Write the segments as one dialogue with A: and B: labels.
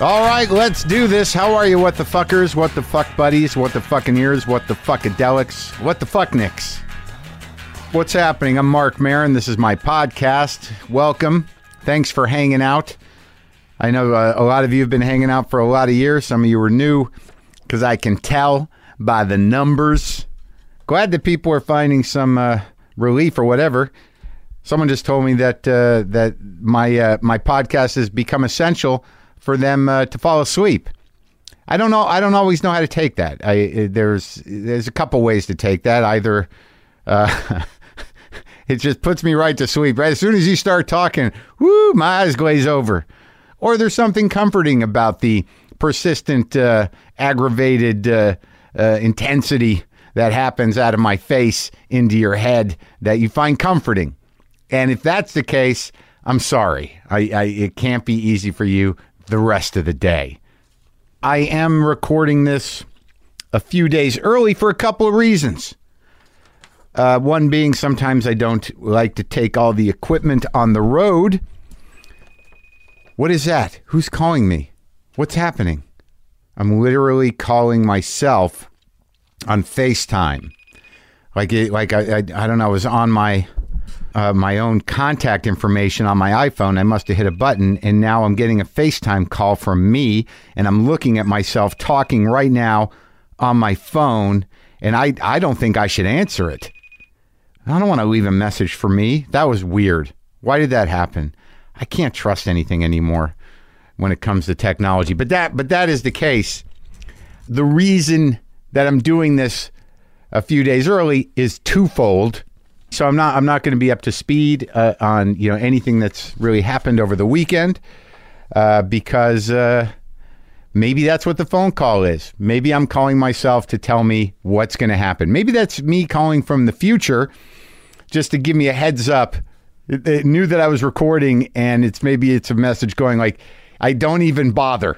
A: All right, let's do this. How are you, what the fuckers? What the fuck buddies? What the fucking ears? What the fuckadelics? What the fuck nicks? What's happening? I'm Mark Marin. This is my podcast. Welcome. Thanks for hanging out. I know uh, a lot of you have been hanging out for a lot of years. Some of you are new because I can tell by the numbers. Glad that people are finding some uh, relief or whatever. Someone just told me that uh, that my uh, my podcast has become essential for them uh, to fall asleep. I don't know. I don't always know how to take that. I uh, there's there's a couple ways to take that. Either uh, it just puts me right to sleep. Right as soon as you start talking, woo, my eyes glaze over. Or there's something comforting about the persistent, uh, aggravated uh, uh, intensity that happens out of my face into your head that you find comforting. And if that's the case, I'm sorry. I, I it can't be easy for you the rest of the day. I am recording this a few days early for a couple of reasons. Uh, one being sometimes I don't like to take all the equipment on the road. What is that? Who's calling me? What's happening? I'm literally calling myself on FaceTime. Like, it, like I, I, I don't know. I was on my uh, my own contact information on my iPhone. I must have hit a button, and now I'm getting a FaceTime call from me, and I'm looking at myself talking right now on my phone, and I, I don't think I should answer it. I don't want to leave a message for me. That was weird. Why did that happen? I can't trust anything anymore when it comes to technology. But that but that is the case. The reason that I'm doing this a few days early is twofold. So I'm not I'm not going to be up to speed uh, on you know anything that's really happened over the weekend uh, because uh, maybe that's what the phone call is. Maybe I'm calling myself to tell me what's going to happen. Maybe that's me calling from the future just to give me a heads up. It, it knew that I was recording, and it's maybe it's a message going like, "I don't even bother."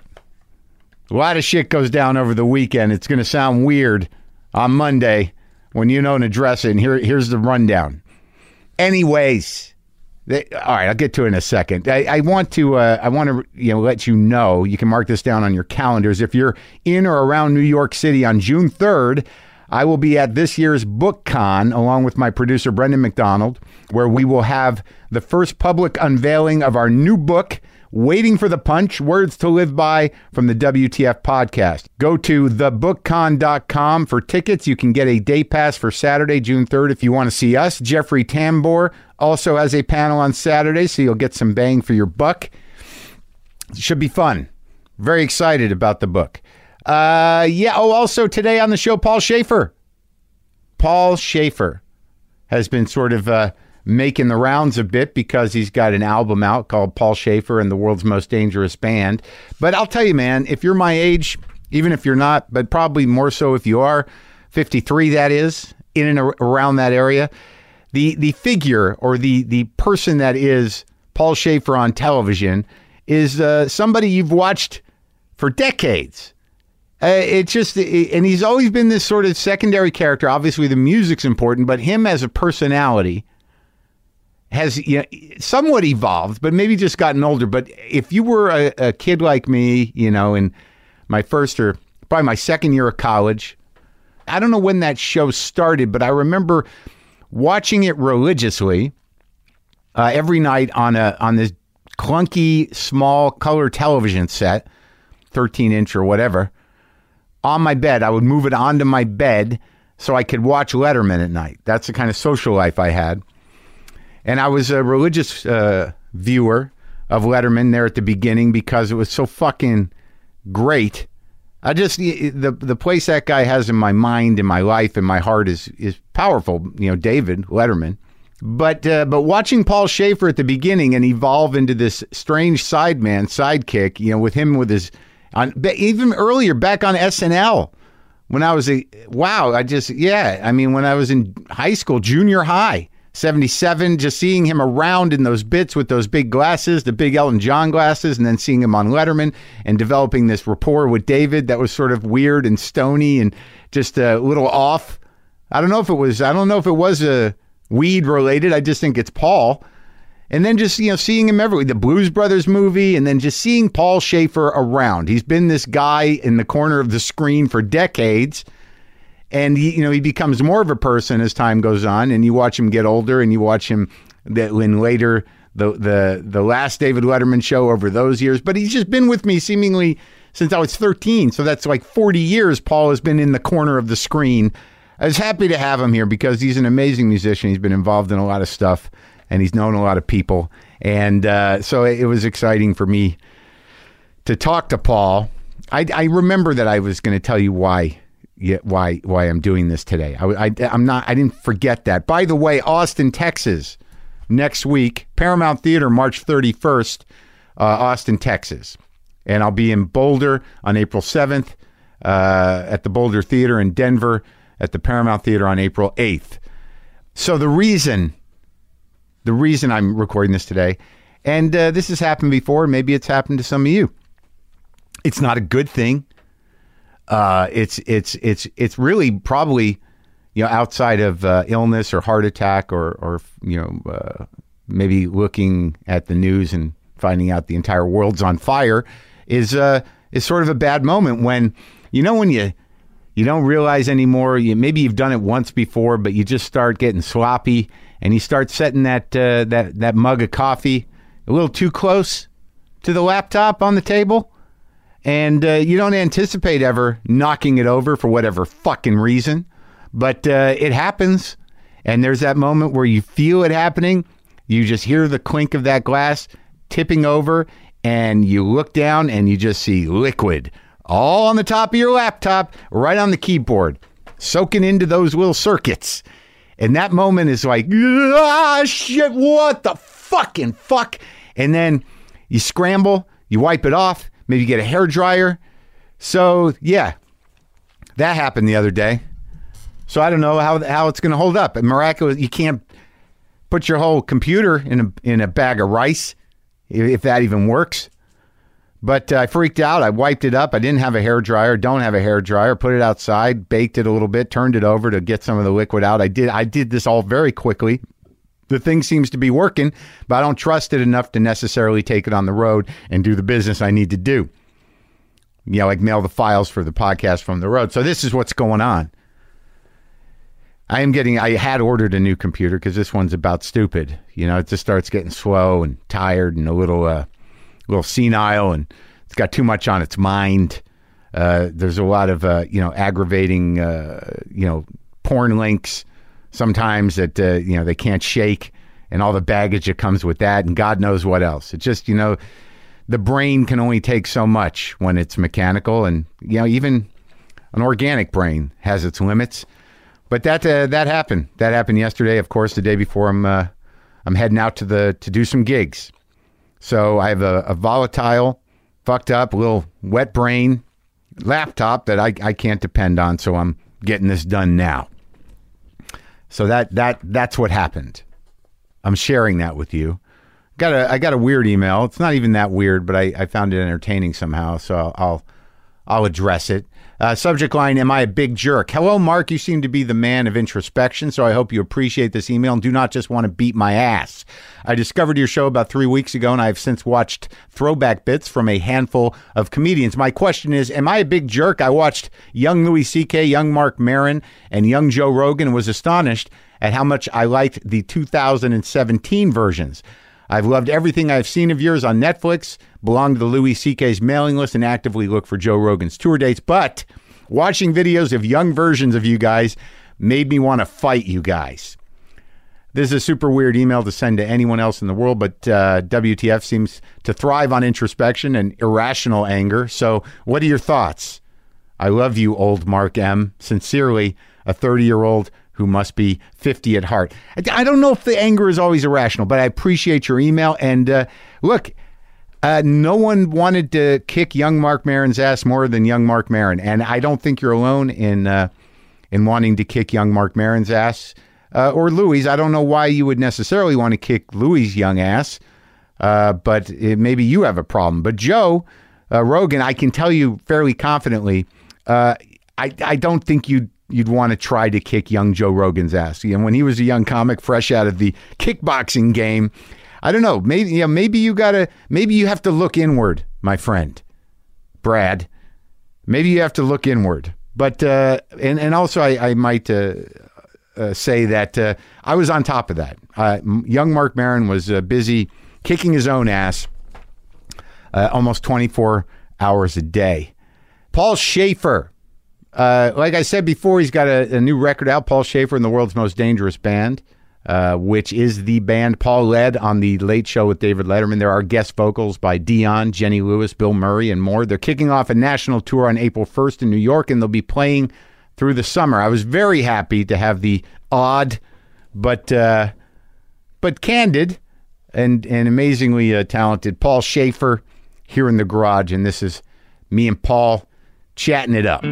A: A lot of shit goes down over the weekend. It's going to sound weird on Monday when you don't address it. And here, here's the rundown. Anyways, they, all right, I'll get to it in a second. I, I want to, uh, I want to, you know, let you know. You can mark this down on your calendars if you're in or around New York City on June 3rd. I will be at this year's BookCon along with my producer Brendan McDonald, where we will have the first public unveiling of our new book, Waiting for the Punch Words to Live By from the WTF podcast. Go to thebookcon.com for tickets. You can get a day pass for Saturday, June 3rd, if you want to see us. Jeffrey Tambor also has a panel on Saturday, so you'll get some bang for your buck. It should be fun. Very excited about the book. Uh, yeah. Oh, also today on the show, Paul Schaefer. Paul Schaefer has been sort of uh, making the rounds a bit because he's got an album out called Paul Schaefer and the World's Most Dangerous Band. But I'll tell you, man, if you're my age, even if you're not, but probably more so if you are, 53 that is, in and ar- around that area, the the figure or the the person that is Paul Schaefer on television is uh, somebody you've watched for decades. Uh, it just, it- and he's always been this sort of secondary character. Obviously, the music's important, but him as a personality has you know, somewhat evolved, but maybe just gotten older. But if you were a, a kid like me, you know, in my first or probably my second year of college, I don't know when that show started, but I remember watching it religiously uh, every night on a on this clunky small color television set, thirteen inch or whatever on my bed. I would move it onto my bed so I could watch Letterman at night. That's the kind of social life I had. And I was a religious uh, viewer of Letterman there at the beginning because it was so fucking great. I just the the place that guy has in my mind, in my life, in my heart is is powerful. You know, David Letterman. But uh, but watching Paul Schaefer at the beginning and evolve into this strange sideman, sidekick, you know, with him with his on but even earlier back on SNL when I was a wow, I just yeah, I mean when I was in high school, junior high, 77, just seeing him around in those bits with those big glasses, the big Elton John glasses and then seeing him on Letterman and developing this rapport with David that was sort of weird and stony and just a little off. uh, I don't know if it was I don't know if it was a weed related. I just think it's Paul And then just, you know, seeing him everywhere, the Blues Brothers movie, and then just seeing Paul Schaefer around. He's been this guy in the corner of the screen for decades. And, he, you know, he becomes more of a person as time goes on. And you watch him get older and you watch him that when later the, the, the last David Letterman show over those years. But he's just been with me seemingly since I was 13. So that's like 40 years Paul has been in the corner of the screen. I was happy to have him here because he's an amazing musician. He's been involved in a lot of stuff and he's known a lot of people. And uh, so it, it was exciting for me to talk to Paul. I, I remember that I was going to tell you why. Yeah, why why I'm doing this today? I, I I'm not. I didn't forget that. By the way, Austin, Texas, next week, Paramount Theater, March 31st, uh, Austin, Texas and I'll be in Boulder on April 7th uh, at the Boulder Theater in Denver at the Paramount Theater on April 8th. So the reason, the reason I'm recording this today, and uh, this has happened before, maybe it's happened to some of you. It's not a good thing. Uh, it's it's it's it's really probably, you know, outside of uh, illness or heart attack or or you know uh, maybe looking at the news and finding out the entire world's on fire is uh, is sort of a bad moment when you know when you you don't realize anymore. You, maybe you've done it once before, but you just start getting sloppy and you start setting that uh, that that mug of coffee a little too close to the laptop on the table, and uh, you don't anticipate ever knocking it over for whatever fucking reason, but uh, it happens. And there's that moment where you feel it happening. You just hear the clink of that glass tipping over and you look down and you just see liquid all on the top of your laptop, right on the keyboard, soaking into those little circuits. And that moment is like, ah, shit, what the fucking fuck? And then you scramble, you wipe it off, maybe you get a hair dryer. So, yeah, that happened the other day. So I don't know how, how it's going to hold up. And miraculous, you can't put your whole computer in a, in a bag of rice if that even works. But uh, I freaked out. I wiped it up. I didn't have a hair dryer. Don't have a hair dryer. Put it outside, baked it a little bit, turned it over to get some of the liquid out. I did. I did this all very quickly. The thing seems to be working, but I don't trust it enough to necessarily take it on the road and do the business I need to do. You know, like mail the files for the podcast from the road. So this is what's going on. I am getting. I had ordered a new computer because this one's about stupid. You know, it just starts getting slow and tired and a little, uh, little senile, and it's got too much on its mind. Uh, there's a lot of uh, you know aggravating, uh, you know, porn links sometimes that uh, you know they can't shake, and all the baggage that comes with that, and God knows what else. It just you know, the brain can only take so much when it's mechanical, and you know even an organic brain has its limits. But that uh, that happened. That happened yesterday. Of course, the day before, I'm uh, I'm heading out to the to do some gigs. So I have a, a volatile, fucked up, little wet brain laptop that I, I can't depend on. So I'm getting this done now. So that that that's what happened. I'm sharing that with you. Got a I got a weird email. It's not even that weird, but I, I found it entertaining somehow. So I'll I'll, I'll address it. Uh, subject line Am I a big jerk? Hello, Mark. You seem to be the man of introspection, so I hope you appreciate this email and do not just want to beat my ass. I discovered your show about three weeks ago, and I have since watched throwback bits from a handful of comedians. My question is Am I a big jerk? I watched young Louis C.K., young Mark Marin, and young Joe Rogan and was astonished at how much I liked the 2017 versions. I've loved everything I've seen of yours on Netflix, belong to the Louis C.K.'s mailing list, and actively look for Joe Rogan's tour dates. But watching videos of young versions of you guys made me want to fight you guys. This is a super weird email to send to anyone else in the world, but uh, WTF seems to thrive on introspection and irrational anger. So, what are your thoughts? I love you, old Mark M. Sincerely, a 30 year old who must be 50 at heart. I- I don't know if the anger is always irrational, but I appreciate your email. And uh, look, uh, no one wanted to kick young Mark Marin's ass more than young Mark Marin, and I don't think you're alone in uh, in wanting to kick young Mark Marin's ass uh, or Louis. I don't know why you would necessarily want to kick Louis' young ass, uh, but it, maybe you have a problem. But Joe uh, Rogan, I can tell you fairly confidently, uh, I I don't think you. would You'd want to try to kick young Joe Rogan's ass. And when he was a young comic fresh out of the kickboxing game, I don't know. Maybe yeah, maybe you gotta maybe you have to look inward, my friend. Brad. Maybe you have to look inward. But uh, and and also I, I might uh, uh, say that uh, I was on top of that. Uh, m- young Mark Marin was uh, busy kicking his own ass uh, almost 24 hours a day. Paul Schaefer. Uh, like I said before, he's got a, a new record out, Paul Schaefer and the World's Most Dangerous Band, uh, which is the band Paul led on The Late Show with David Letterman. There are guest vocals by Dion, Jenny Lewis, Bill Murray, and more. They're kicking off a national tour on April 1st in New York, and they'll be playing through the summer. I was very happy to have the odd but uh, but candid and and amazingly uh, talented Paul Schaefer here in the garage, and this is me and Paul chatting it up.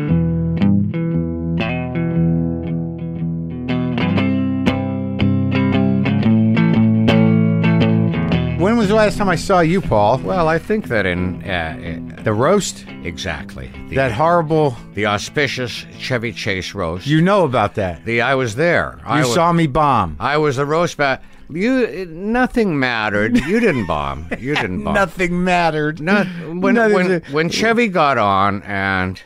A: When was the last time I saw you, Paul?
B: Well, I think that in uh,
A: The roast?
B: uh, exactly the,
A: That horrible.
B: the auspicious Chevy Chase roast.
A: You know about that.
B: the I was there.
A: You
B: I was,
A: saw me bomb.
B: I was the roast ba- You it- nothing mattered. You didn't bomb. You didn't bomb.
A: Nothing mattered.
B: Not when
A: Nothing
B: when,
A: to-
B: when Chevy got on and.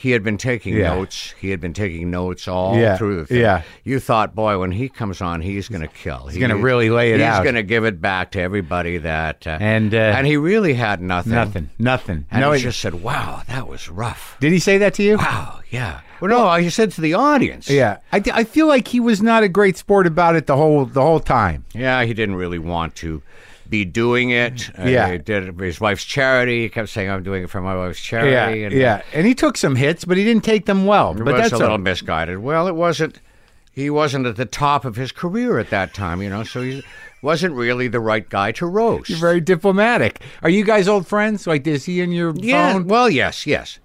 B: He had been taking
A: Yeah.
B: notes. He had been taking notes all
A: Yeah,
B: through the thing.
A: yeah.
B: You thought, boy, when he comes on, he's going to kill. He's
A: gonna really lay it
B: He's
A: out.
B: going to give it back to everybody that. Uh,
A: And, uh,
B: and he really had nothing.
A: Nothing. Nothing.
B: And
A: no,
B: he
A: it-
B: just said, wow, that was rough.
A: did he say that to you?
B: Wow, yeah. Well, no, I said to the audience.
A: Yeah, I, I feel like he was not a great sport about it the whole the whole time.
B: Yeah, he didn't really want to be doing it. Uh,
A: Yeah.
B: He did it for his wife's charity. He kept saying, I'm doing it for my wife's
A: Yeah,
B: charity. and
A: yeah, and he took some hits, but he didn't take them well.
B: It
A: But
B: was
A: that's
B: a little
A: all.
B: misguided. Well, it wasn't, he wasn't at the top of his career at that time, you know, so he wasn't really the right guy to roast.
A: You're very diplomatic. Are you guys old friends? Like, is he in your
B: Yeah.
A: phone?
B: Well, yes, yes.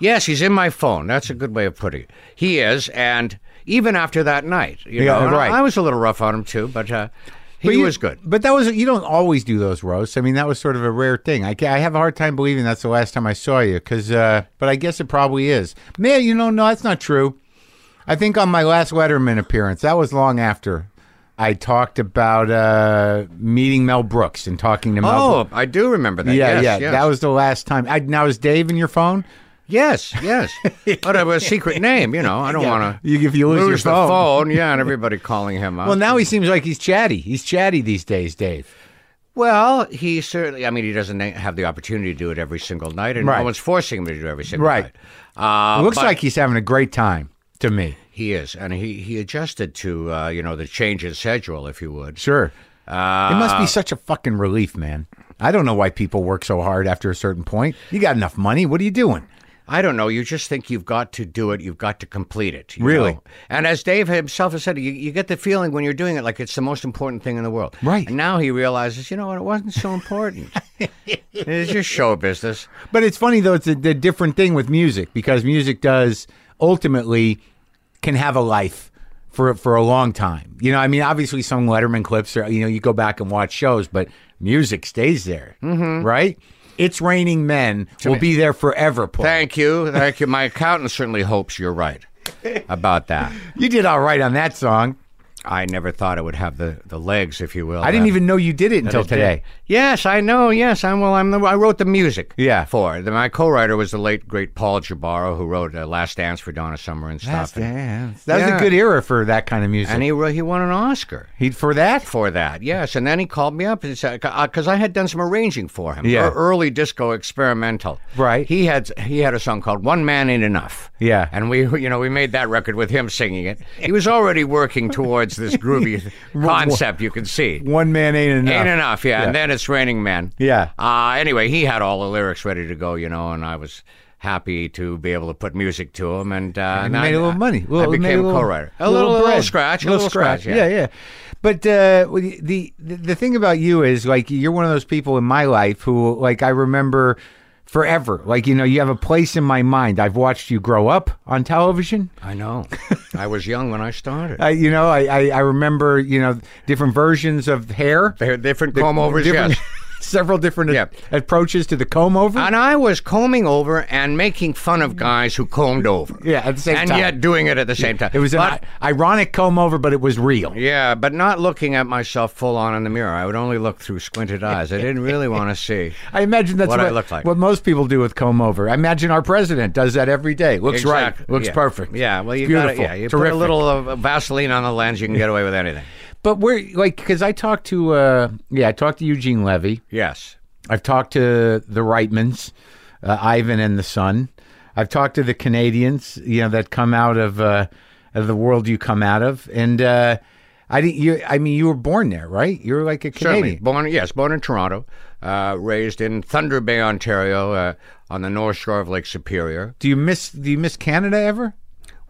B: Yes, he's in my phone. That's a good way of putting it. He is, and even after that night, you
A: Yeah,
B: know, and
A: right.
B: I was a little rough on him too, but uh, he
A: But you-
B: was good.
A: But that was you don't always do those roasts. I mean, that was sort of a rare thing. I, ca- I have a hard time believing that's the last time I saw you. Cause, uh, but I guess it probably is. Man, you know, no, that's not true. I think on my last Letterman appearance, that was long after. I talked about uh, meeting Mel Brooks and talking to Mel. Brooks.
B: Oh, I do remember that.
A: yeah,
B: yes,
A: yeah.
B: Yes.
A: That was the last time. I, now is Dave in your phone?
B: yes, yes. but it was a secret name, you know. I don't want to
A: You if you lose, your
B: lose the
A: phone.
B: phone. Yeah, and everybody calling him up.
A: Well, now he seems like he's chatty. He's chatty these days, Dave.
B: Well, he certainly. I mean, he doesn't have the opportunity to do it every single night, and
A: Right.
B: no one's forcing him to do it every single
A: Right.
B: night. Uh,
A: It looks
B: but-
A: like he's having a great time to me.
B: He is, and he he adjusted to uh, you know the change in schedule, if you would.
A: Sure.
B: Uh,
A: It must be such a fucking relief, man. I don't know why people work so hard after a certain point. You got enough money. What are you doing?
B: I don't know. You just think you've got to do it. You've got to complete it. you
A: Really?
B: know? And as Dave himself has said, you, you get the feeling when you're doing it like it's the most important thing in the world.
A: Right.
B: And now he realizes, you know what? It wasn't so important. it's just show business.
A: But it's funny though. It's a, a different thing with music because music does ultimately can have a life for for a long time. You know, I mean, obviously some Letterman clips are. You know, you go back and watch shows, but music stays there, mm-hmm. right? It's raining men will be there forever. Paul.
B: Thank you. Thank you. My accountant certainly hopes you're right about that.
A: you did all right on that song.
B: I never thought it would have the, the legs, if you will.
A: I didn't
B: that-
A: even know you did it until
B: that it did.
A: today.
B: Yes, I know. Yes, I'm. Well, I'm. The, I wrote the music.
A: Yeah.
B: For it. my co-writer was the late great Paul Jabaro, who wrote uh, "Last Dance" for Donna Summer and stuff. and,
A: That was a
B: Yeah.
A: good era for that kind of music.
B: and he wrote- he won an Oscar
A: He for that?
B: for that. Yes, and then he called me up and said because I had done some arranging for him.
A: Yeah.
B: ear- early disco experimental.
A: Right.
B: He had he had a song called "One Man Ain't Enough."
A: Yeah.
B: And we you know we made that record with him singing it. He was already working towards this groovy concept. You can see.
A: One man ain't enough.
B: Ain't enough, yeah.
A: Yeah.
B: And then it's Raining Men.
A: Yeah.
B: Uh, anyway, he had all the lyrics ready to go, you know, and I was happy to be able to put music to him. And, uh, and
A: made
B: I,
A: a little money.
B: I
A: Little- made
B: became
A: a little-
B: co-writer. A little, little,
A: bread.
B: scratch. A little, scratch. yeah.
A: yeah, But uh, well, the, the the thing about you is like you're one of those people in my life who like I remember forever. Like you know, you have a place in my mind. I've watched you grow up on television.
B: I know. I was young when I started.
A: I, you know, I, I I remember you know different versions of hair.
B: There are different comb overs,
A: different-
B: yes.
A: several different
B: Yeah.
A: approaches to the comb over.
B: And I was combing over and making fun of guys who combed over.
A: Yeah, at the same
B: and
A: time.
B: yet doing it at the same time.
A: it was an
B: But-
A: i- ironic comb over, but it was real.
B: yeah, but not looking at myself full on in the mirror. I would only look through squinted eyes. I didn't really want to see.
A: I imagine that's what,
B: What I look like.
A: what most people do with comb over. I imagine our president does that every day. Looks right,
B: Exact-
A: looks
B: yeah.
A: perfect.
B: Yeah, well, you
A: It's beautiful.
B: got Yeah, you
A: Terrific.
B: put a little uh, Vaseline on the lens, you can get away with anything.
A: But we're like because I talked to uh, yeah, I talked to Eugene Levy.
B: Yes.
A: I've talked to the Reitmans, uh, Ivan and the Son. I've talked to the Canadians, you know, that come out of uh, of the world you come out of, and uh, I didn't. You, I mean, you were born there, right? You're like a
B: Certainly.
A: Canadian.
B: Born, yes, born in Toronto, uh, raised in Thunder Bay, Ontario, uh, on the north shore of Lake Superior.
A: Do you miss? Do you miss Canada ever?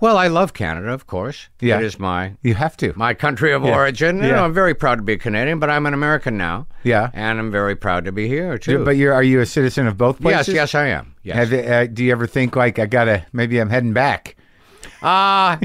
B: Well, I love Canada, of course.
A: Yeah.
B: It is my
A: You have to.
B: my country of origin. You
A: Yeah.
B: know, I'm very proud to be a Canadian, but I'm an American now.
A: Yeah.
B: And I'm very proud to be here too.
A: But you're are you a citizen of
B: yes,
A: both places?
B: yes, I am. Yes.
A: Have you, uh, do you ever think like I gotta? Maybe I'm heading back.
B: Uh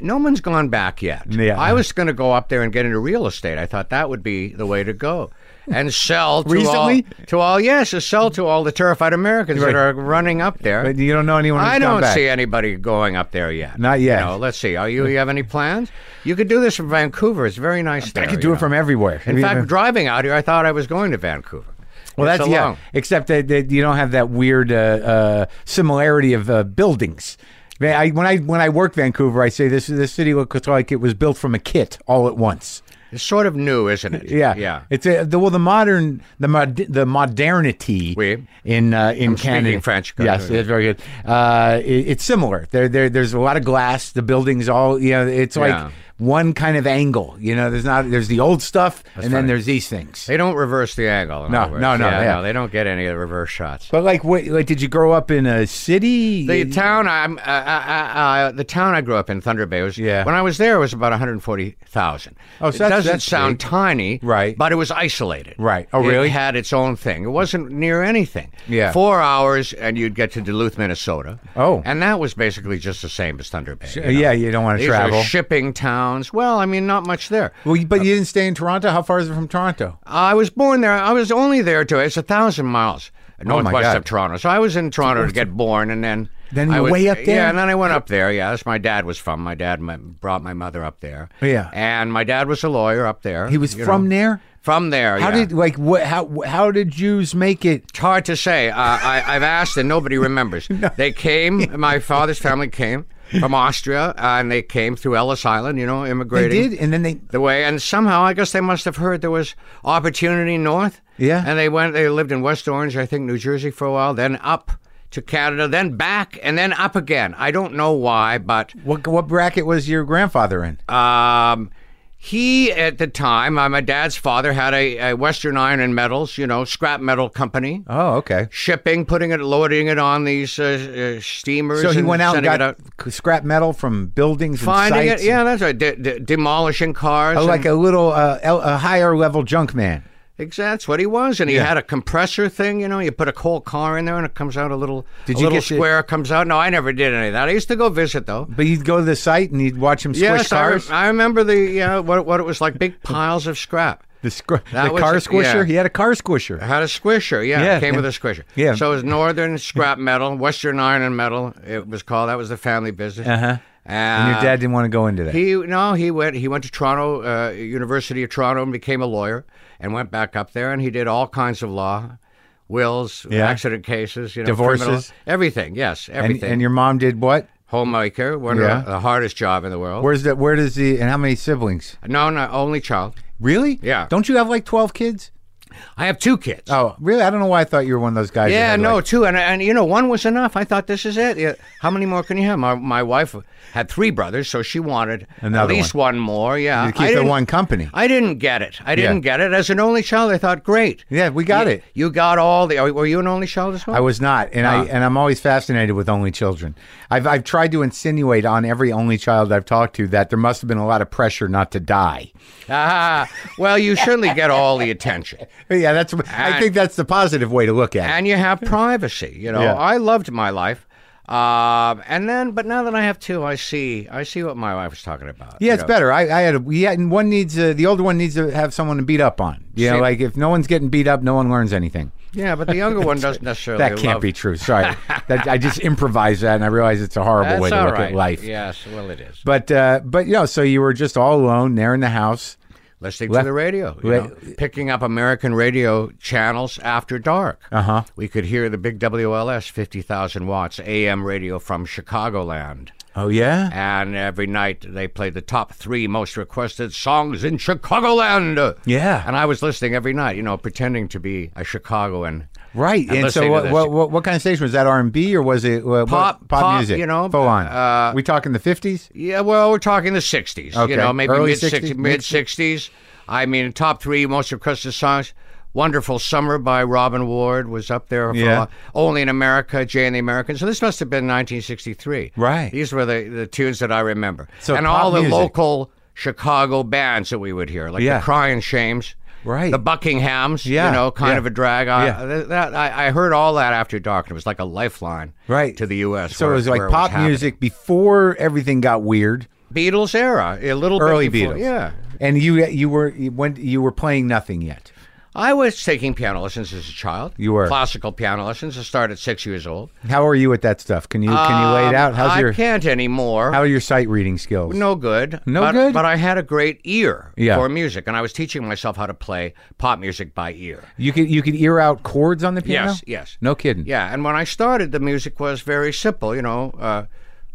B: no one's gone back yet.
A: Yeah.
B: I was going to go up there and get into real estate. I thought that would be the way to go. And sell to
A: Recently?
B: all to all yes, to sell to all the terrified Americans that are running up there.
A: But you don't know anyone. Who's
B: I
A: gone
B: don't
A: back.
B: see anybody going up there yet.
A: Not yet.
B: You know, let's see. Are you? You have any plans? You could do this from Vancouver. It's very nice.
A: I
B: there,
A: could do
B: you
A: it from everywhere.
B: Know. In fact, driving out here, I thought I was going to Vancouver.
A: Well,
B: It's
A: that's
B: a
A: yeah.
B: long-
A: Except that, that you don't have that weird uh, uh, similarity of uh, buildings. Man, I, when I when I work Vancouver, I say this this city looks like it was built from a kit all at once.
B: It's sort of new, isn't it?
A: Yeah,
B: yeah.
A: It's a, the well the modern the mod, the modernity
B: Oui.
A: in uh, in Canada.
B: French, go
A: Yes,
B: ahead.
A: it's very good. Uh, it, it's similar. There there there's a lot of glass. The buildings all you know. It's like
B: Yeah.
A: one kind of angle. You know, there's not there's the old stuff and then
B: funny.
A: there's these things.
B: They don't reverse the angle. in
A: No,
B: other words.
A: no, no,
B: Yeah,
A: yeah.
B: no. They don't get any of the reverse shots.
A: But like, what, like, did you grow up in a city?
B: The town I'm uh, uh, uh, uh, the town I grew up in, Thunder Bay, was
A: Yeah.
B: when I was there it was about 140,000.
A: Oh, so
B: it
A: that's-
B: doesn't
A: that's
B: sound
A: big.
B: tiny,
A: Right.
B: But it was isolated,
A: Right. Oh, really?
B: It had its own thing. It wasn't near anything.
A: Yeah.
B: four hours and you'd get to Duluth, Minnesota.
A: Oh.
B: and that was basically just the same as Thunder Bay. you know.
A: yeah, you don't want to
B: These
A: travel.
B: are shipping towns. Well, I mean, not much there.
A: well, you- but you didn't stay in Toronto. How far is it from Toronto?
B: Uh, I was born there. I was only there to it's a thousand miles
A: oh my
B: northwest
A: God.
B: of Toronto. So I was in Toronto to get born, and then
A: Then
B: I
A: you're
B: was-
A: way up there?
B: Yeah, and then I went up there. Yeah, that's where my dad was from. My dad m- brought my mother up there.
A: Yeah.
B: and my dad was a lawyer up there.
A: He was
B: you
A: from
B: know.
A: there.
B: From there.
A: How
B: yeah.
A: did like what? How how did Jews make it?
B: It's hard to say. Uh, I, I've asked and nobody remembers. They came. My father's family came from Austria, uh, and they came through Ellis Island. You know,
A: They
B: immigrating
A: did, and then they.
B: the way, and somehow I guess they must have heard there was opportunity north.
A: Yeah.
B: and they went. They lived in West Orange, I think, New Jersey for a while, then up to Canada, then back, and then up again. I don't know why, but
A: What what bracket was your grandfather in?
B: um, he at the time, uh, my dad's father had a, a Western Iron and Metals, you know, scrap metal company.
A: Oh, okay.
B: Shipping, putting it, loading it on these uh, uh, steamers.
A: So he
B: and
A: went out and
B: sending it
A: got scrap metal from buildings,
B: finding
A: and sites
B: it. Yeah, that's right. De- de- demolishing cars.
A: and-
B: and-
A: like a little uh, el- a higher level junk man.
B: Exactly, that's what he was, and he had a compressor thing. You know, you put a coal car in there, and it comes out a little.
A: Did
B: a
A: you
B: little
A: get to-
B: square comes out? No, I never did any of that. I used to go visit though.
A: But you'd go to the site and you'd watch him squish
B: yes, I,
A: cars.
B: rem- I remember the yeah what what it was like big piles of scrap.
A: the scr-
B: That
A: the
B: was-
A: car
B: yeah. Uh,
A: squisher. He had a car squisher.
B: I had a squisher, yeah,
A: Yeah,
B: it came
A: yeah.
B: with a squisher.
A: Yeah.
B: So it was northern scrap metal, western iron and metal. It was called. That was the family business.
A: Uh-huh.
B: And
A: And your dad didn't want to go into that.
B: He no, he went. He went to Toronto uh, University of Toronto and became a lawyer, and went back up there, and he did all kinds of law, wills,
A: Yeah.
B: accident cases, you know,
A: Divorces.
B: criminal- everything. Yes,
A: and,
B: everything.
A: and your mom did what?
B: homemaker, one
A: Yeah.
B: of the- the hardest job in the world.
A: Where's the where does the and how many siblings?
B: no, no, only child.
A: Really?
B: Yeah.
A: Don't you have like twelve kids?
B: I have two kids.
A: Oh, really? I don't know why I thought you were one of those guys. that
B: Yeah,
A: had,
B: no,
A: like-
B: two, and and you know, one was enough. I thought this is it. Yeah. How many more can you have? My, my wife had three brothers, so she wanted
A: Another
B: at least one, more. Yeah,
A: to
B: I
A: keep the
B: didn't-
A: one company.
B: I didn't get it. I didn't get it. As an only child, I thought, great.
A: yeah, we got
B: you,
A: it.
B: You got all the. Were you an only child as well?
A: I was not, and
B: Ah.
A: I and I'm always fascinated with only children. I've I've tried to insinuate on every only child I've talked to that there must have been a lot of pressure not to die.
B: Ah, well, you certainly get all the attention,
A: Yeah, that's
B: Ah.
A: I think that's the positive way to look at it.
B: and you have privacy. You know,
A: Yeah.
B: I loved my life. Um, and then, but now that I have two, I see, I see what my wife was talking about.
A: Yeah,
B: you
A: it's
B: know.
A: better. I, I had a, yeah, and one needs uh the older one needs to have someone to beat up on. You know,
B: Same.
A: like if no one's getting beat up, no one learns anything.
B: Yeah, but the younger one doesn't necessarily.
A: That can't
B: love-
A: be true. Sorry, that, I just improvised that, and I realize it's a horrible
B: That's
A: way to
B: all
A: look
B: right.
A: at life.
B: Yes, well, it is.
A: But uh, but you know, so you were just all alone there in the house.
B: Listening
A: Left-
B: to the radio, you
A: right.
B: know, picking up American radio channels after dark.
A: Uh huh.
B: We could hear the big WLS 50,000 watts AM radio from Chicagoland.
A: Oh yeah.
B: And every night they played the top three most requested songs in Chicagoland.
A: Yeah.
B: And I was listening every night, you know, pretending to be a Chicagoan.
A: Right. And, so
B: listening to
A: what,
B: this.
A: what what what kind of station was that? R and B or was it uh,
B: Pop-
A: what, pop,
B: pop,
A: music?
B: you know,
A: full on.
B: uh,
A: we talking the fifties?
B: Yeah, well, we're talking the 60s,
A: Okay.
B: you know, maybe
A: Early
B: mid
A: 60s,
B: 60s. Mid 60s. I mean, top three most requested songs. Wonderful Summer by Robin Ward was up there. For
A: Yeah.
B: a while. Only in America, Jay and the Americans. So this must have been 1963.
A: Right.
B: These were the, the tunes that I remember.
A: So
B: and
A: pop
B: all the
A: music.
B: local Chicago bands that we would hear, like
A: Yeah.
B: the Crying Shames.
A: Right.
B: The Buckinghams,
A: Yeah.
B: you know, kind
A: Yeah.
B: of a drag. I,
A: Yeah.
B: th- that, I, I heard all that after dark. and It was like a lifeline
A: Right.
B: to the U.S.
A: So
B: where-
A: it was like
B: where
A: pop
B: happening.
A: music before everything got weird.
B: Beatles era, a little bit
A: Early
B: before-
A: Beatles.
B: Yeah,
A: And you you were you went you were playing nothing yet.
B: I was taking piano lessons as a child.
A: You were.
B: classical piano lessons. I started at six years old.
A: How are you at that stuff? Can you can you lay it out?
B: Um,
A: How's
B: I
A: your
B: can't anymore.
A: how are your sight reading skills?
B: no good.
A: No
B: but,
A: good?
B: But I had a great ear
A: Yeah.
B: for music, and I was teaching myself how to play pop music by ear.
A: You could you could ear out chords on the piano.
B: Yes, yes.
A: No kidding.
B: Yeah, and when I started, the music was very simple. You know, uh,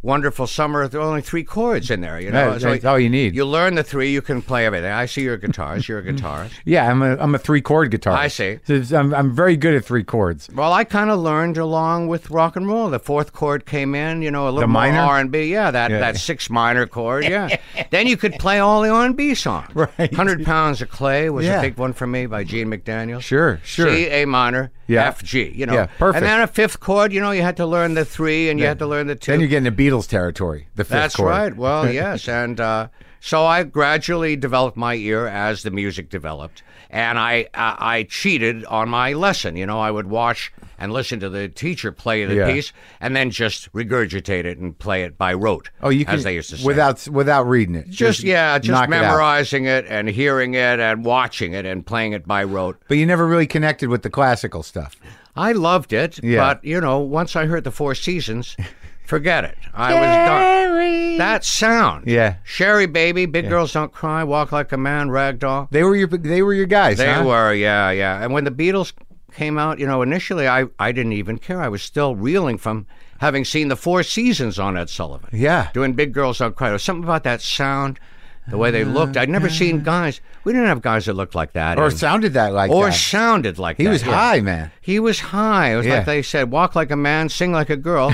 B: "Wonderful Summer." There were only three chords in there. You know,
A: That- that's all you need.
B: You learn the three, you can play everything. I see your guitars. You're a guitarist.
A: Yeah, I'm a I'm a three chord guitarist.
B: I see.
A: So it's- I'm I'm very good at three chords.
B: Well, I kind of learned along with rock and roll. The fourth chord came in, you know, a little
A: The
B: more
A: minor?
B: R and B. Yeah, that
A: Yeah.
B: that six minor chord. Yeah, then you could play all the R and B songs.
A: Right.
B: Hundred pounds of clay was
A: Yeah.
B: a big one for me by Gene McDaniel.
A: Sure, sure.
B: C A minor.
A: Yeah.
B: F G. You know.
A: Yeah, perfect.
B: And then a fifth chord. You know, you had to learn the three, and you had to learn the two.
A: Then you get into Beatles territory. The fifth
B: That's
A: chord.
B: right. Well, yes, and uh, so I gradually developed my ear as the music developed, and I I I cheated on my lesson. You know, I would watch and listen to the teacher play the
A: Yeah.
B: piece, and then just regurgitate it and play it by rote.
A: Oh, you can
B: as they used to say.
A: without without reading it.
B: just yeah,
A: knock
B: just
A: it out.
B: memorizing it, and hearing it and watching it and playing it by rote.
A: But you never really connected with the classical stuff.
B: I loved it,
A: Yeah.
B: but you know, once I heard the Four Seasons, forget it. I was done. That sound.
A: Yeah.
B: Sherry Baby, Big Girls Don't Cry, Walk Like a Man, Ragdoll.
A: They were your they were your guys.
B: They
A: huh?
B: were, yeah, yeah. And when the Beatles came out, you know, initially I, I didn't even care. I was still reeling from having seen the four seasons on Ed Sullivan.
A: Yeah.
B: Doing Big Girls Don't Cry. There was something about that sound, the way they looked. I'd never seen guys. We didn't have guys that looked like that.
A: Uh-huh. Or
B: and-
A: sounded that like
B: or
A: that.
B: sounded like
A: he
B: that.
A: was
B: yeah.
A: high, man.
B: He was high. It was
A: Yeah.
B: like they said, walk like a man, sing like a girl.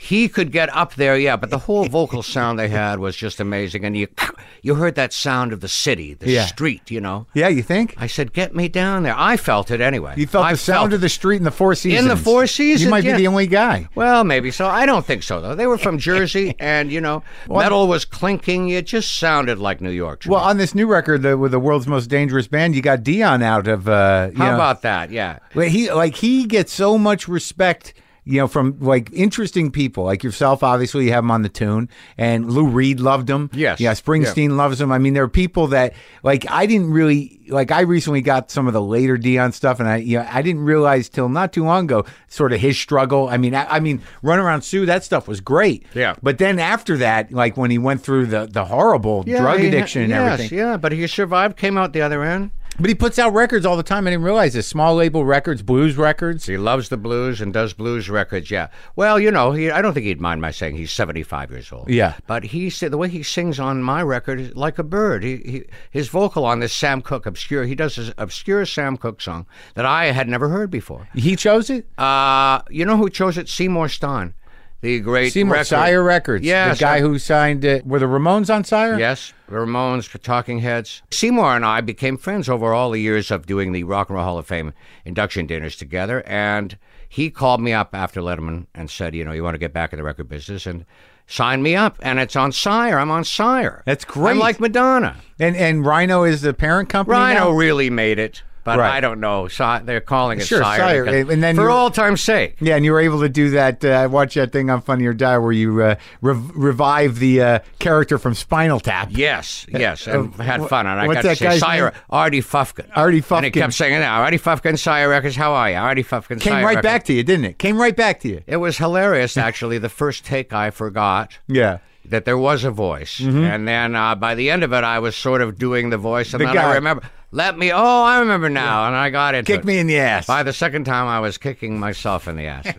B: he could get up there, yeah, but the whole vocal sound they had was just amazing. And you you heard that sound of the city, the
A: Yeah.
B: street, you know.
A: Yeah, you think?
B: I said, get me down there. I felt it anyway.
A: You felt
B: I
A: the sound
B: it.
A: of the street in the Four Seasons.
B: Four
A: You
B: Seasons,
A: might
B: yeah.
A: be the only guy.
B: Well, maybe so. I don't think so, though. They were from Jersey, and, you know, metal was clinking. It just sounded like New York. to
A: Well,
B: me.
A: on this new record, the, with the world's most dangerous band, you got Dion out of. Uh, you
B: how
A: know-
B: about that? Yeah.
A: Well, he like he gets so much respect, you know, from like interesting people like yourself. Obviously, you have him on the tune, and Lou Reed loved him.
B: Yes.
A: yeah, Springsteen loves him. I mean, there are people that like I didn't really like. I recently got some of the later Dion stuff, and I you know, I didn't realize till not too long ago sort of his struggle. I mean, I, I mean, Run Around Sue, that stuff was great.
B: Yeah.
A: but then after that, like when he went through the the horrible
B: Yeah,
A: drug
B: he-
A: addiction and
B: yes,
A: everything,
B: Yeah, but he survived, came out the other end.
A: but he puts out records all the time. I didn't realize this small label records, blues records.
B: He loves the blues and does blues records. Yeah. Well, you know, he, I don't think he'd mind my saying he's 75 years old.
A: Yeah.
B: But he said the way he sings on my record is like a bird. He, he his vocal on this Sam Cooke obscure. He does this obscure Sam Cooke song that I had never heard before.
A: He chose it.
B: Uh, you know who chose it? Seymour Stein, the great
A: Seymour
B: record-
A: Sire Records.
B: Yes,
A: the guy
B: I-
A: who signed uh, were the Ramones on Sire.
B: Yes, the Ramones, the Talking Heads. Seymour and I became friends over all the years of doing the Rock and Roll Hall of Fame induction dinners together. And he called me up after Letterman and said, you know, you want to get back in the record business and sign me up. And it's on Sire. I'm on Sire.
A: That's great.
B: I'm like Madonna.
A: and and Rhino is the parent company.
B: Rhino
A: now?
B: really made it. but
A: Right.
B: I don't know. Si- they're calling it
A: Sure,
B: sire,
A: sire,
B: because-
A: and then
B: for
A: you-
B: all time's sake.
A: Yeah, and you were able to do that. Uh, I watched that thing on Funny or Die where you uh, rev- revive the uh, character from Spinal Tap.
B: Yes, yes, and had
A: Uh, wh-
B: fun, and I
A: what's
B: got to
A: that
B: say,
A: guy's
B: Sire,
A: name?
B: Artie Fufkin.
A: Artie
B: And he
A: Fufkin.
B: kept saying, "Now, Artie Fufkin, Sire Records, how are you? Artie Fufkin,
A: Came
B: Sire
A: right
B: Records."
A: back to you, didn't it? Came right back to you.
B: It was hilarious, actually. the first take, I forgot
A: Yeah.
B: that there was a voice,
A: Mm-hmm.
B: and then uh, by the end of it, I was sort of doing the voice, and
A: The
B: then
A: guy.
B: I remember, let me. Oh, I remember now, and I got into it.
A: Kick me in the ass.
B: By the second time, I was kicking myself in the ass.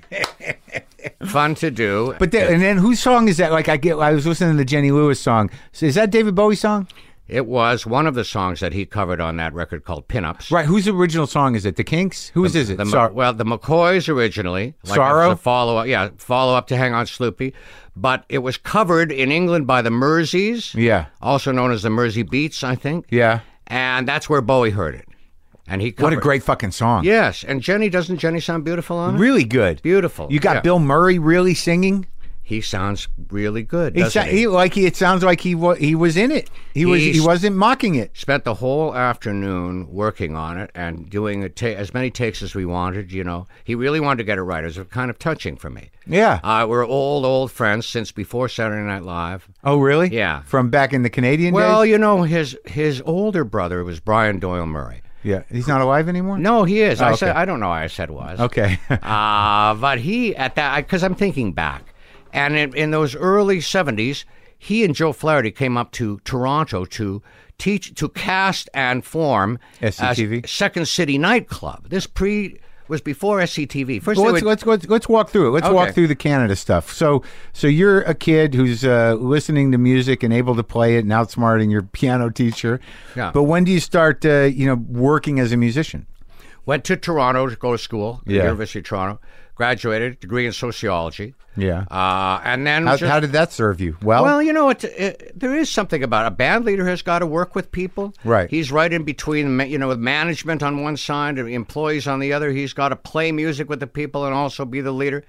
B: Fun to do.
A: But then, and then whose song is that? Like I get, I was listening to the Jenny Lewis song. So is that David Bowie's song?
B: it was one of the songs that he covered on that record called Pinups.
A: Right. Whose original song is it? The Kinks? Whose is it?
B: The,
A: Sorry.
B: Well, the McCoys originally. Like
A: Sorrow?
B: follow up, yeah, follow up to Hang On Sloopy. But it was covered in England by the Merseys.
A: Yeah.
B: Also known as the Mersey Beats, I think.
A: Yeah.
B: And that's where Bowie heard it. And he
A: What
B: covered
A: a great fucking song.
B: Yes. And Jenny, doesn't Jenny sound beautiful on it?
A: Really good.
B: Beautiful.
A: You got
B: yeah.
A: Bill Murray really singing.
B: He sounds really good.
A: He,
B: doesn't
A: sa-
B: he?
A: he like he, it sounds like he wa- he was in it. He was he
B: He's-
A: wasn't mocking it.
B: spent the whole afternoon working on it and doing a ta- as many takes as we wanted. You know, he really wanted to get it right. It was kind of touching for me.
A: Yeah.
B: uh, we're old, old friends since before Saturday Night Live.
A: Oh really?
B: Yeah.
A: From back in the Canadian
B: Well,
A: days.
B: you know, his his older brother was Brian Doyle Murray.
A: Yeah. He's not alive anymore.
B: No, he is. I said
A: okay.
B: I don't know. why I said was
A: Okay.
B: uh, but he at that because I'm thinking back, and in, in those early '70s, he and Joe Flaherty came up to Toronto to teach to cast and form a
A: SCTV?
B: Second City nightclub. This pre was before SCTV. First,
A: Well,
B: they
A: let's,
B: would-
A: let's, let's, let's walk through it. Let's walk
B: Okay.
A: through the Canada stuff. So, so you're a kid who's uh, listening to music and able to play it and outsmarting your piano teacher.
B: Yeah.
A: But when do you start, uh, you know, working as a musician?
B: went to Toronto to go to school,
A: Yeah.
B: University of Toronto, graduated, degree in sociology.
A: Yeah.
B: uh, and then
A: How,
B: just-
A: how did that serve you? Well,
B: Well, you know, it, it, there is something about it. a band leader has got to work with people.
A: Right.
B: He's right in between, ma- you know, with management on one side and employees on the other. He's got to play music with the people and also be the leader.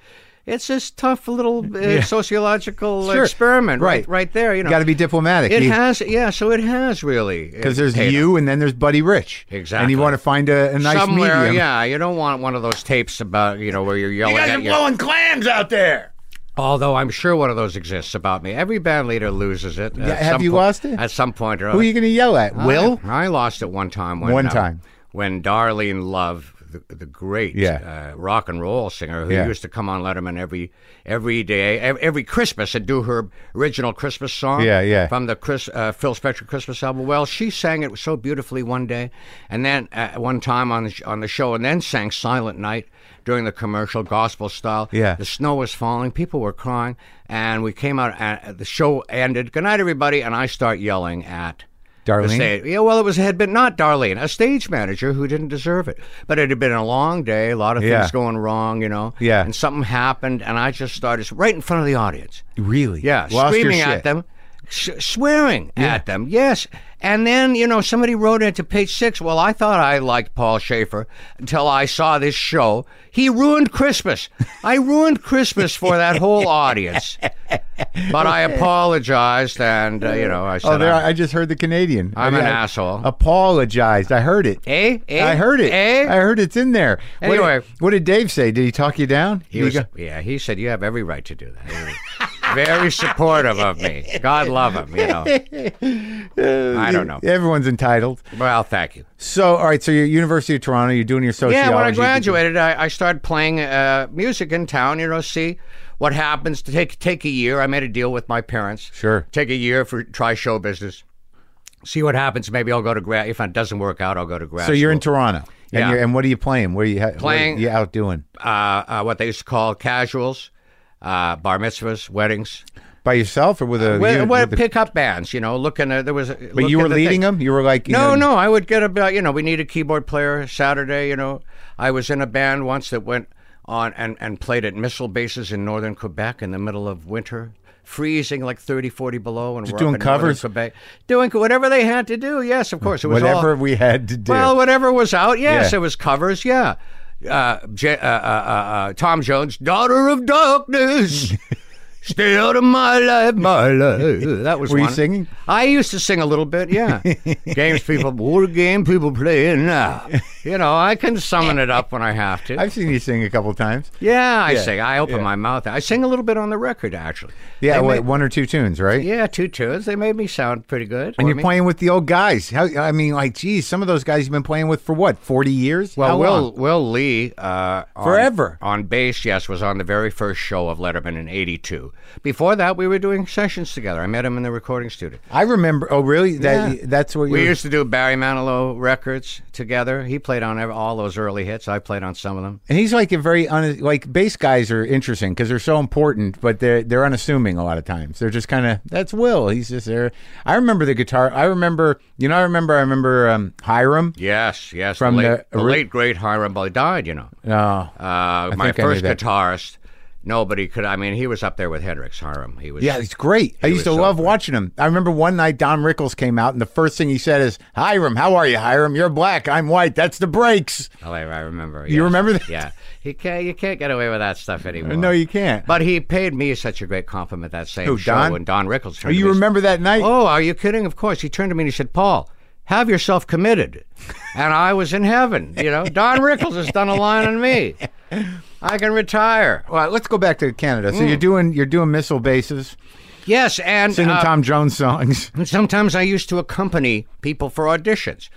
B: It's this tough little uh, sociological
A: Sure.
B: experiment,
A: Right.
B: right? Right there, you know.
A: got to be diplomatic.
B: It has, yeah. So it has really
A: because there's
B: Tatum.
A: you and then there's Buddy Rich. And
B: Exactly.
A: you want to find a, a nice
B: somewhere.
A: medium.
B: Yeah, you don't want one of those tapes about you know where you're yelling at your
A: clams out there.
B: Although I'm sure one of those exists about me. Every band leader loses it. at
A: have
B: some
A: you
B: po-
A: lost it?
B: At some point or
A: Who
B: other.
A: are you going to yell at? Will?
B: I, I lost it one time. When,
A: One
B: uh,
A: time.
B: when Darlene Love, the, the great
A: Yeah.
B: uh, rock and roll singer who
A: Yeah.
B: used to come on Letterman every every day, ev- every Christmas, and do her original Christmas song.
A: Yeah, yeah.
B: From the Chris, uh, Phil Spector Christmas album. Well, she sang it so beautifully one day, and then uh, one time on the sh- on the show, and then sang Silent Night during the commercial gospel style.
A: Yeah.
B: The snow was falling. People were crying, and we came out. And the show ended. Good night, everybody. And I start yelling at
A: Darlene?
B: the stage. Yeah, well, it was had been not Darlene, a stage manager who didn't deserve it. But it had been a long day, a lot of
A: Yeah.
B: things going wrong, you know.
A: Yeah.
B: And something happened, and I just started right in front of the audience.
A: Really?
B: Yeah,
A: Lost your
B: screaming
A: shit.
B: at them, s- swearing at them. Yes, and then you know somebody wrote into page six. Well, I thought I liked Paul Schaefer until I saw this show. He ruined Christmas. I ruined Christmas for that whole audience. But I apologized, and uh, you know I said,
A: Oh, there!
B: I-
A: I just heard the Canadian.
B: I'm
A: I-
B: an
A: I
B: asshole.
A: Apologized. I heard it.
B: Eh? Eh?
A: I heard it.
B: Eh?
A: I heard it's in there. What did-
B: Anyway.
A: what did, Dave say? Did he talk you down?
B: He
A: Did
B: was,
A: go-
B: yeah, he said you have every right to do that. He was Very supportive of me. God love him. You know. I don't know.
A: "Uh, Everyone's entitled.
B: Well, thank you.
A: So, all right. So, you're at University of Toronto. You're doing your sociology.
B: Yeah, when I graduated, I, I started playing uh, music in town. You know, see what happens. To take take a year, I made a deal with my parents.
A: Sure.
B: take a year for try show business. See what happens. Maybe I'll go to grad. If it doesn't work out, I'll go to grad.
A: So you're in
B: school.
A: Toronto. And,
B: Yeah.
A: you're, and what are you playing? What are you ha- what are
B: Playing-
A: you out doing
B: uh, uh, what they used to call casuals, uh, bar mitzvahs, weddings.
A: by yourself or with a?
B: Well,
A: you-
B: well,
A: with a-
B: pickup bands, you know, looking at there was.
A: but you were leading them. You were like, you
B: No,
A: know,
B: no, I would get about you know we need a keyboard player Saturday. You know, I was in a band once that went on and and played at missile bases in northern Quebec in the middle of winter. Freezing like 30, 40 below, and we're up
A: doing
B: in northern
A: covers?
B: Quebec, doing whatever they had to do. Yes, of course, it was all-
A: Whatever we had to do.
B: well, whatever was out, yes,
A: Yeah.
B: it was covers, yeah. Uh, J- uh, uh, uh, uh, Tom Jones, Daughter of Darkness. Stay out of my life, my life. That was
A: Were you
B: one.
A: singing?
B: I used to sing a little bit, yeah. Games people, what game people playing now? You know, I can summon it up when I have to.
A: I've seen you sing a couple times.
B: yeah, I sing. I open my mouth. I sing a little bit on the record, actually.
A: Yeah,
B: They
A: what,
B: made-
A: one or two tunes, right?
B: yeah, two tunes. They made me sound pretty good.
A: And
B: for
A: you're
B: me.
A: playing with the old guys. How, I mean, like, geez, some of those guys you've been playing with for what, 40 years?
B: Well,
A: How
B: Will
A: long?
B: Will Lee uh, on-
A: Forever.
B: on bass, yes, was on the very first show of Letterman in '82. Before that, we were doing sessions together. I met him in the recording studio.
A: I remember. Oh, really? That,
B: Yeah.
A: That's what
B: We
A: you
B: used to do Barry Manilow records together. He played on ev- all those early hits. I played on some of them.
A: And he's like a very un- like bass guys are interesting because they're so important, but they're they're unassuming a lot of times. They're just kind of that's Will. He's just there. I remember the guitar. I remember you know. I remember. I remember um, Hiram.
B: Yes, yes.
A: From
B: the late,
A: the
B: the
A: ori-
B: late great Hiram Ball. He died, you know.
A: Oh,
B: Uh, my
A: think I knew
B: first
A: that.
B: guitarist. Nobody could. I mean, he was up there with Hendrix. Hiram. He was.
A: yeah, he's great. I used
B: was
A: to
B: so
A: love watching him. I remember one night Don Rickles came out, and the first thing he said is, "Hiram, how are you, Hiram? You're black. I'm white. That's the breaks."
B: Oh, I, I remember. Uh,
A: You
B: yes.
A: remember that?
B: Yeah. He can't. You can't get away with that stuff anymore.
A: No, you can't.
B: But he paid me such a great compliment that same
A: Who,
B: show
A: Don?
B: when Don Rickles
A: Oh,
B: turned
A: you
B: to me.
A: remember that night?
B: Oh, are you kidding? Of course. He turned to me and he said, Paul, have yourself committed. And I was in heaven. You know, Don Rickles has done a line on me. I can retire.
A: Well, let's go back to Canada. So you're doing you're doing missile basses,
B: Yes, and
A: singing
B: uh,
A: Tom Jones songs.
B: And sometimes I used to accompany people for auditions.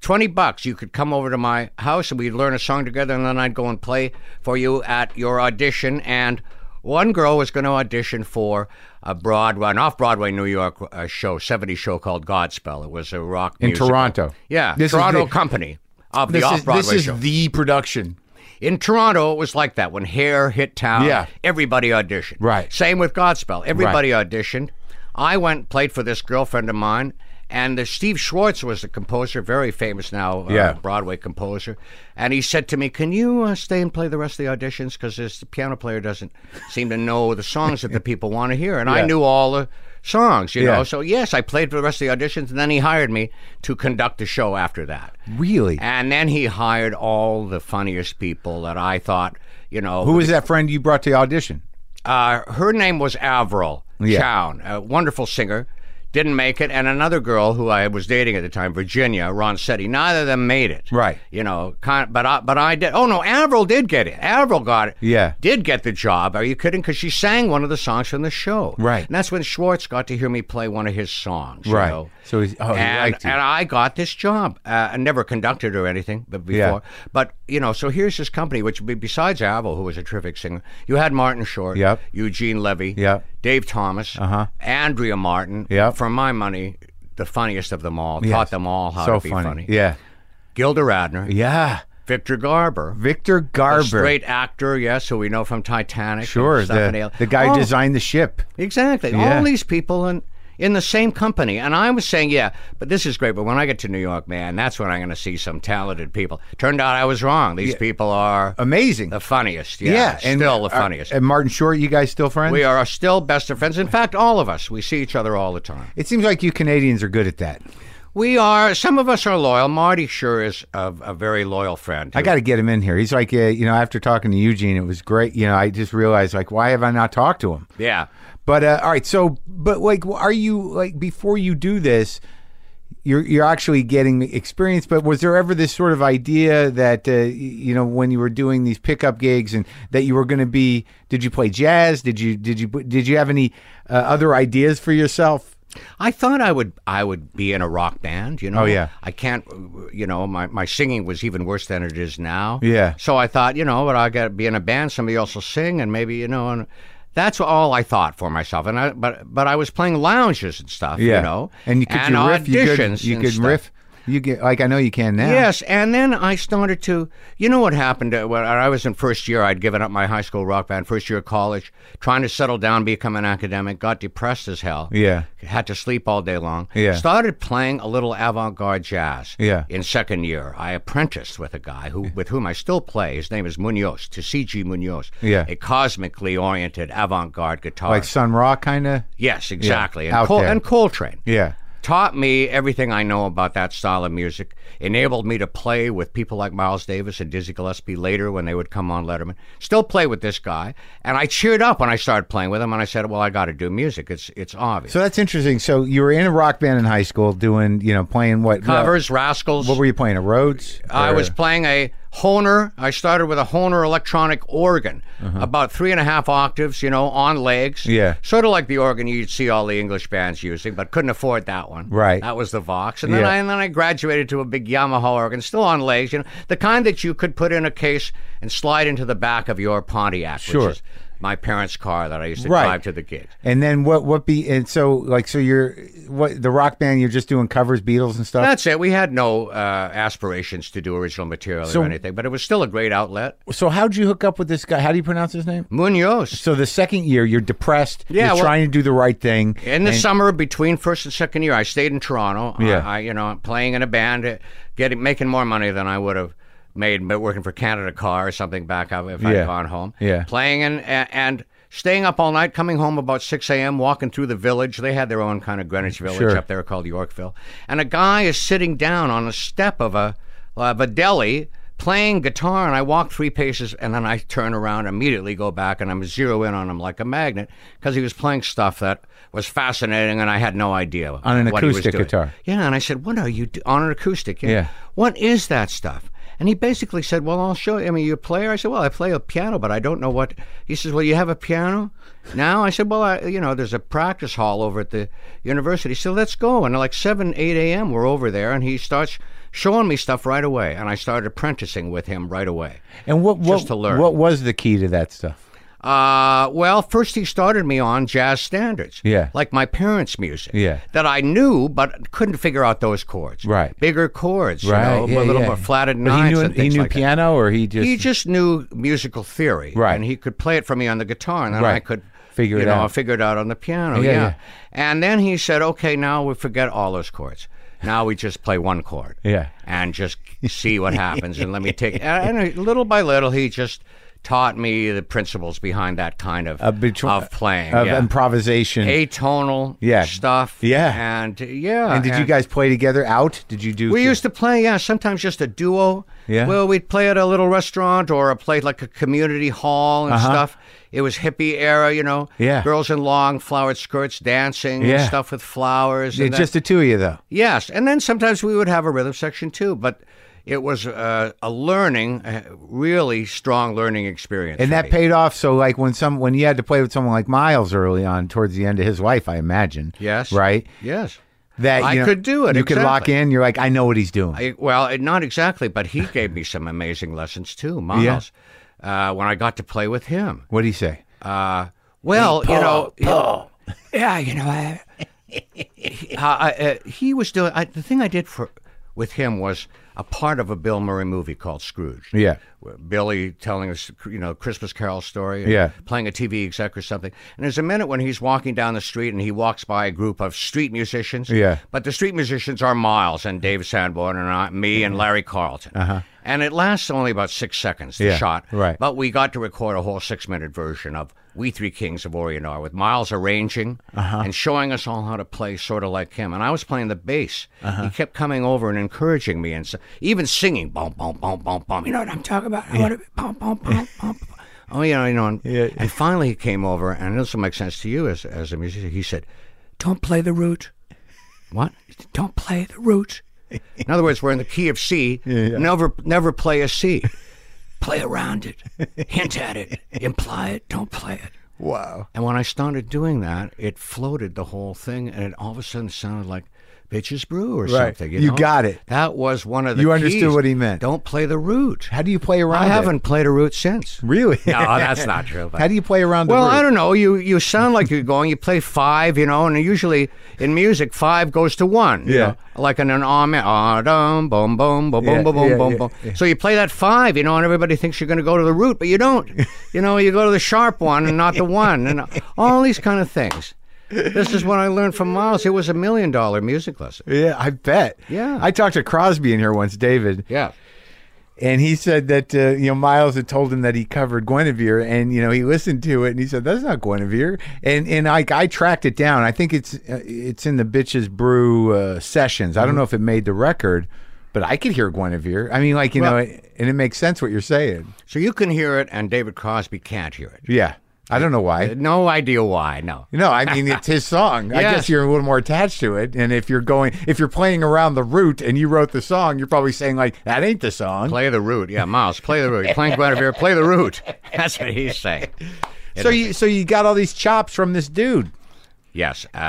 B: 20 bucks, you could come over to my house and we'd learn a song together, and then I'd go and play for you at your audition. And one girl was going to audition for a Broadway, an off Broadway New York uh, show, 70 show called Godspell. It was a rock
A: In
B: musical.
A: Toronto.
B: Yeah,
A: This is
B: Toronto
A: the-
B: Company of the
A: This
B: off
A: is, this
B: Broadway
A: is
B: show.
A: the production.
B: In Toronto, it was like that when Hair hit town.
A: Yeah.
B: everybody auditioned.
A: Right.
B: Same with Godspell. Everybody auditioned. I went played for this girlfriend of mine, and the Steve Schwartz was the composer, very famous now, uh,
A: Yeah.
B: Broadway composer. And he said to me, "Can you uh, stay and play the rest of the auditions? Because this piano player doesn't seem to know the songs that the people want to hear." And I knew all the songs, you
A: Yeah.
B: know. So yes, I played for the rest of the auditions, and then he hired me to conduct the show after that.
A: Really?
B: And then he hired all the funniest people that I thought, you know.
A: Who was that friend you brought to the audition?
B: Uh, her name was Avril
A: Yeah.
B: Chown, a wonderful singer. Didn't make it. And another girl who I was dating at the time, Virginia Ronsetti. Neither of them made it.
A: Right.
B: You know, kind but I, but I did. Oh no, Avril did get it. Avril got it.
A: Yeah.
B: Did get the job. Are you kidding? Because she sang one of the songs from the show.
A: Right.
B: And that's when Schwartz got to hear me play one of his songs. you
A: Right.
B: know.
A: So he's- oh, he
B: and,
A: liked you.
B: and I got this job. Uh, I never conducted or anything, but before.
A: Yeah.
B: But you know, so here's this company, which be- besides Avril, who was a terrific singer, you had Martin Short,
A: Yep.
B: Eugene Levy,
A: Yep.
B: Dave Thomas, uh-huh. Andrea Martin.
A: Yep.
B: For my money, the funniest of them all. Taught them all how
A: so
B: to be
A: Oh, funny.
B: funny.
A: Yeah.
B: Gilda Radner,
A: Yeah.
B: Victor Garber.
A: Victor Garber.
B: Straight actor, yes, who we know from Titanic. and
A: sure.
B: Stephanie
A: The,
B: Al-
A: the guy
B: Oh,
A: who designed the ship.
B: Exactly.
A: Yeah.
B: All these people in in the same company. And I was saying, yeah, but this is great. But when I get to New York, man, that's when I'm going to see some talented people. Turned out I was wrong. These people are
A: Amazing.
B: the funniest. Yeah,
A: yeah.
B: still the
A: are-
B: funniest.
A: and Martin Short, you guys still friends?
B: we are still best of friends. In fact, all of us. We see each other all the time.
A: It seems like you Canadians are good at that.
B: We are. Some of us are loyal. Marty sure is a, a very loyal friend.
A: I got to get him in here. He's like, uh, you know, after talking to Eugene, it was great. You know, I just realized, like, why have I not talked to him?
B: Yeah.
A: But uh, all right, so but like, are you like before you do this? You're, you're actually getting the experience, but was there ever this sort of idea that uh, y- you know when you were doing these pickup gigs and that you were going to be? Did you play jazz? Did you did you did you have any uh, other ideas for yourself?
B: I thought I would I would be in a rock band, you know.
A: Oh, yeah.
B: I can't, you know, my, my singing was even worse than it is now.
A: Yeah.
B: So I thought, you know, but I got to be in a band. Somebody else will sing, and maybe you know, and that's all I thought for myself. And I but but I was playing lounges and stuff, you know,
A: and you could you riff? You could,
B: auditions
A: you
B: and
A: could
B: stuff.
A: riff. You get like I know you can now.
B: Yes, and then I started to. You know what happened uh, when I was in first year? I'd given up my high school rock band, first year of college, trying to settle down, become an academic. Got depressed as hell.
A: Yeah.
B: had to sleep all day long.
A: Yeah.
B: started playing a little avant-garde jazz.
A: Yeah.
B: in second year, I apprenticed with a guy who, with whom I still play. His name is Munoz, to C.G. Munoz.
A: Yeah.
B: a cosmically oriented avant-garde guitar.
A: like Sun Ra kind of.
B: yes, exactly.
A: out
B: and, Col-
A: there.
B: and Coltrane.
A: Yeah,
B: taught me everything I know about that style of music, enabled me to play with people like Miles Davis and Dizzy Gillespie later when they would come on Letterman. Still play with this guy, and I cheered up when I started playing with him. And I said, "Well, I got to do music. It's it's obvious."
A: So that's interesting. So you were in a rock band in high school, doing you know playing what
B: Covers, Rascals.
A: What were you playing? A Rhodes?
B: I
A: Or-
B: was playing a Honer. I started with a Honer electronic organ, about three and a half octaves, you know, on legs.
A: Uh-huh. Yeah.
B: Sort of like the organ you'd see all the English bands using, but couldn't afford that one.
A: Right.
B: That was the Vox. And then,
A: Yeah.
B: I, and then I graduated to a big Yamaha organ, still on legs, you know, the kind that you could put in a case and slide into the back of your Pontiac,
A: Sure.
B: which is my parents' car that I used to
A: Right.
B: drive to the gig.
A: And then what? What be? And so like so you're what the rock band? You're just doing covers, Beatles and stuff.
B: That's it. We had no uh, aspirations to do original material
A: So-
B: or anything, but it was still a great outlet.
A: so how'd you hook up with this guy? How do you pronounce his name?
B: Munoz.
A: So the second year, you're depressed.
B: Yeah,
A: you're
B: well-
A: trying to do the right thing.
B: In the summer between first and second year, I stayed in Toronto. I-
A: Yeah.
B: I, you know, playing in a band, uh, getting making more money than I would have made but working for Canada Car or something back up if
A: Yeah.
B: I'd gone home.
A: Yeah.
B: Playing and a- and staying up all night, coming home about six a.m., walking through the village. They had their own kind of Greenwich Village
A: Sure.
B: up there called Yorkville, and a guy is sitting down on a step of a of a deli. Playing guitar, and I walk three paces, and then I turn around, immediately go back, and I'm zero in on him like a magnet because he was playing stuff that was fascinating, and I had no idea
A: On an
B: what he was
A: acoustic
B: doing.
A: guitar.
B: Yeah, and I said, "What are you do- on an acoustic?
A: Yeah.
B: What is that stuff?" And he basically said, "Well, I'll show you. I mean, you a player?" I said, "Well, I play a piano, but I don't know what." He says, "Well, you have a piano now?" I said, "Well, I, you know, there's a practice hall over at the university, so let's go." And like seven, eight a.m., we're over there, and he starts showing me stuff right away, and I started apprenticing with him right away.
A: and what what,
B: just to learn.
A: what was the key to that stuff?
B: Uh, well, first he started me on jazz standards.
A: Yeah.
B: Like my parents' music.
A: Yeah.
B: That I knew, but couldn't figure out those chords.
A: Right.
B: Bigger chords, you know,
A: yeah,
B: a little
A: yeah.
B: more flatted
A: But he
B: nines
A: knew
B: and
A: he
B: things
A: knew
B: like that.
A: piano, or he just
B: He just knew musical theory.
A: Right.
B: And he could play it for me on the guitar, and then I
A: Right.
B: could
A: Figure
B: you
A: it
B: know,
A: out.
B: figure it out on the piano.
A: Yeah,
B: Yeah,
A: yeah.
B: And then he said, okay, now we forget all those chords. Now we just play one chord.
A: Yeah.
B: And just see what happens. and let me take. And and little by little, he just taught me the principles behind that kind of,
A: Uh, between-
B: of playing.
A: of
B: yeah.
A: improvisation.
B: Atonal
A: Yeah.
B: stuff.
A: Yeah.
B: And yeah.
A: and did you guys play together out? Did you do?
B: We used to play, yeah, sometimes just a duo.
A: Yeah.
B: Well, we'd play at a little restaurant or a play like a community hall and stuff. It was hippie era, you know.
A: Uh-huh. Yeah.
B: Girls in long flowered skirts dancing
A: Yeah.
B: and stuff with flowers.
A: Yeah,
B: and that-
A: just the two of you though.
B: yes. And then sometimes we would have a rhythm section too, but it was uh, a learning, a really strong learning experience.
A: And
B: for
A: that
B: me.
A: paid off. So, like when some when you had to play with someone like Miles early on, towards the end of his life, I imagine.
B: Yes.
A: Right.
B: Yes.
A: That
B: I
A: you know,
B: could do it,
A: You could lock
B: exactly.
A: in. You're like, I know what he's doing.
B: I, well, it- not exactly, but he gave me some amazing lessons too, Miles, uh, when I got to play with him.
A: what do you say?
B: Uh, well, you know, yeah, you know, I, he, uh, I, uh, he was doing I, the thing I did for with him was a part of a Bill Murray movie called Scrooge.
A: Yeah.
B: where Billy telling us, you know, Christmas Carol story. and
A: Yeah.
B: playing a TV exec or something. And there's a minute when he's walking down the street and he walks by a group of street musicians.
A: Yeah.
B: but the street musicians are Miles and Dave Sanborn and I, me and Larry Carlton. Uh-huh. And it lasts only about six seconds. The
A: Yeah,
B: shot,
A: right.
B: But we got to record a whole six-minute version of "We Three Kings of Orient Are" with Miles arranging
A: Uh-huh.
B: and showing us all how to play, sort of like him. And I was playing the bass.
A: Uh-huh.
B: He kept coming over and encouraging me, and so, even singing, "Bum bum bum bum bum." You know what I'm talking about? I want to be bum bum bum bum. bum. Oh, you know, you know. And, and finally, he came over, and this will make sense to you as as a musician. He said, "Don't play the root." What? Don't play the root. In other words, we're in the key of C. Never, never play a C. Play around it, hint at it, imply it. Don't play it.
A: Wow.
B: And when I started doing that, it floated the whole thing, and it all of a sudden sounded like Bitches Brew or something. You,
A: You
B: know?
A: got it.
B: That was one of the.
A: You understood
B: keys.
A: what he meant.
B: Don't play the root.
A: How do you play around?
B: I
A: it?
B: haven't played a root since.
A: really.
B: No, that's not true. but-
A: How do you play around?
B: well,
A: the root?
B: I don't know. You you sound like you're going. You play five, you know, and usually in music, five goes to one. you
A: Yeah.
B: know, like in an amen, ah dum boom boom boom
A: Yeah,
B: boom boom boom
A: yeah,
B: boom.
A: yeah,
B: boom. So you play that five, you know, and everybody thinks you're going to go to the root, but you don't. you know, you go to the sharp one and not the one, and all these kind of things. This is what I learned from Miles. It was a million dollar music lesson.
A: Yeah, I bet.
B: Yeah.
A: I talked to Crosby in here once, David.
B: Yeah.
A: And he said that uh, you know Miles had told him that he covered Guinevere, and you know he listened to it and he said that's not Guinevere. And and I, I tracked it down. I think it's uh, it's in the bitches brew uh, sessions.
B: Mm-hmm.
A: I don't know if it made the record, but I could hear Guinevere. I mean, like you know, it, and it makes sense what you're saying.
B: So you can hear it, and David Crosby can't hear it.
A: Yeah, I don't know why.
B: No idea why. No.
A: No, I mean it's his song. I guess
B: Yes.
A: you're a little more attached to it. And if you're going, if you're playing around the root and you wrote the song, you're probably saying like, "That ain't the song."
B: Play the root. Yeah, Miles, play the root. You're playing Guinevere, play the root. That's what he's saying.
A: so you, so you got all these chops from this dude.
B: Yes, uh, uh,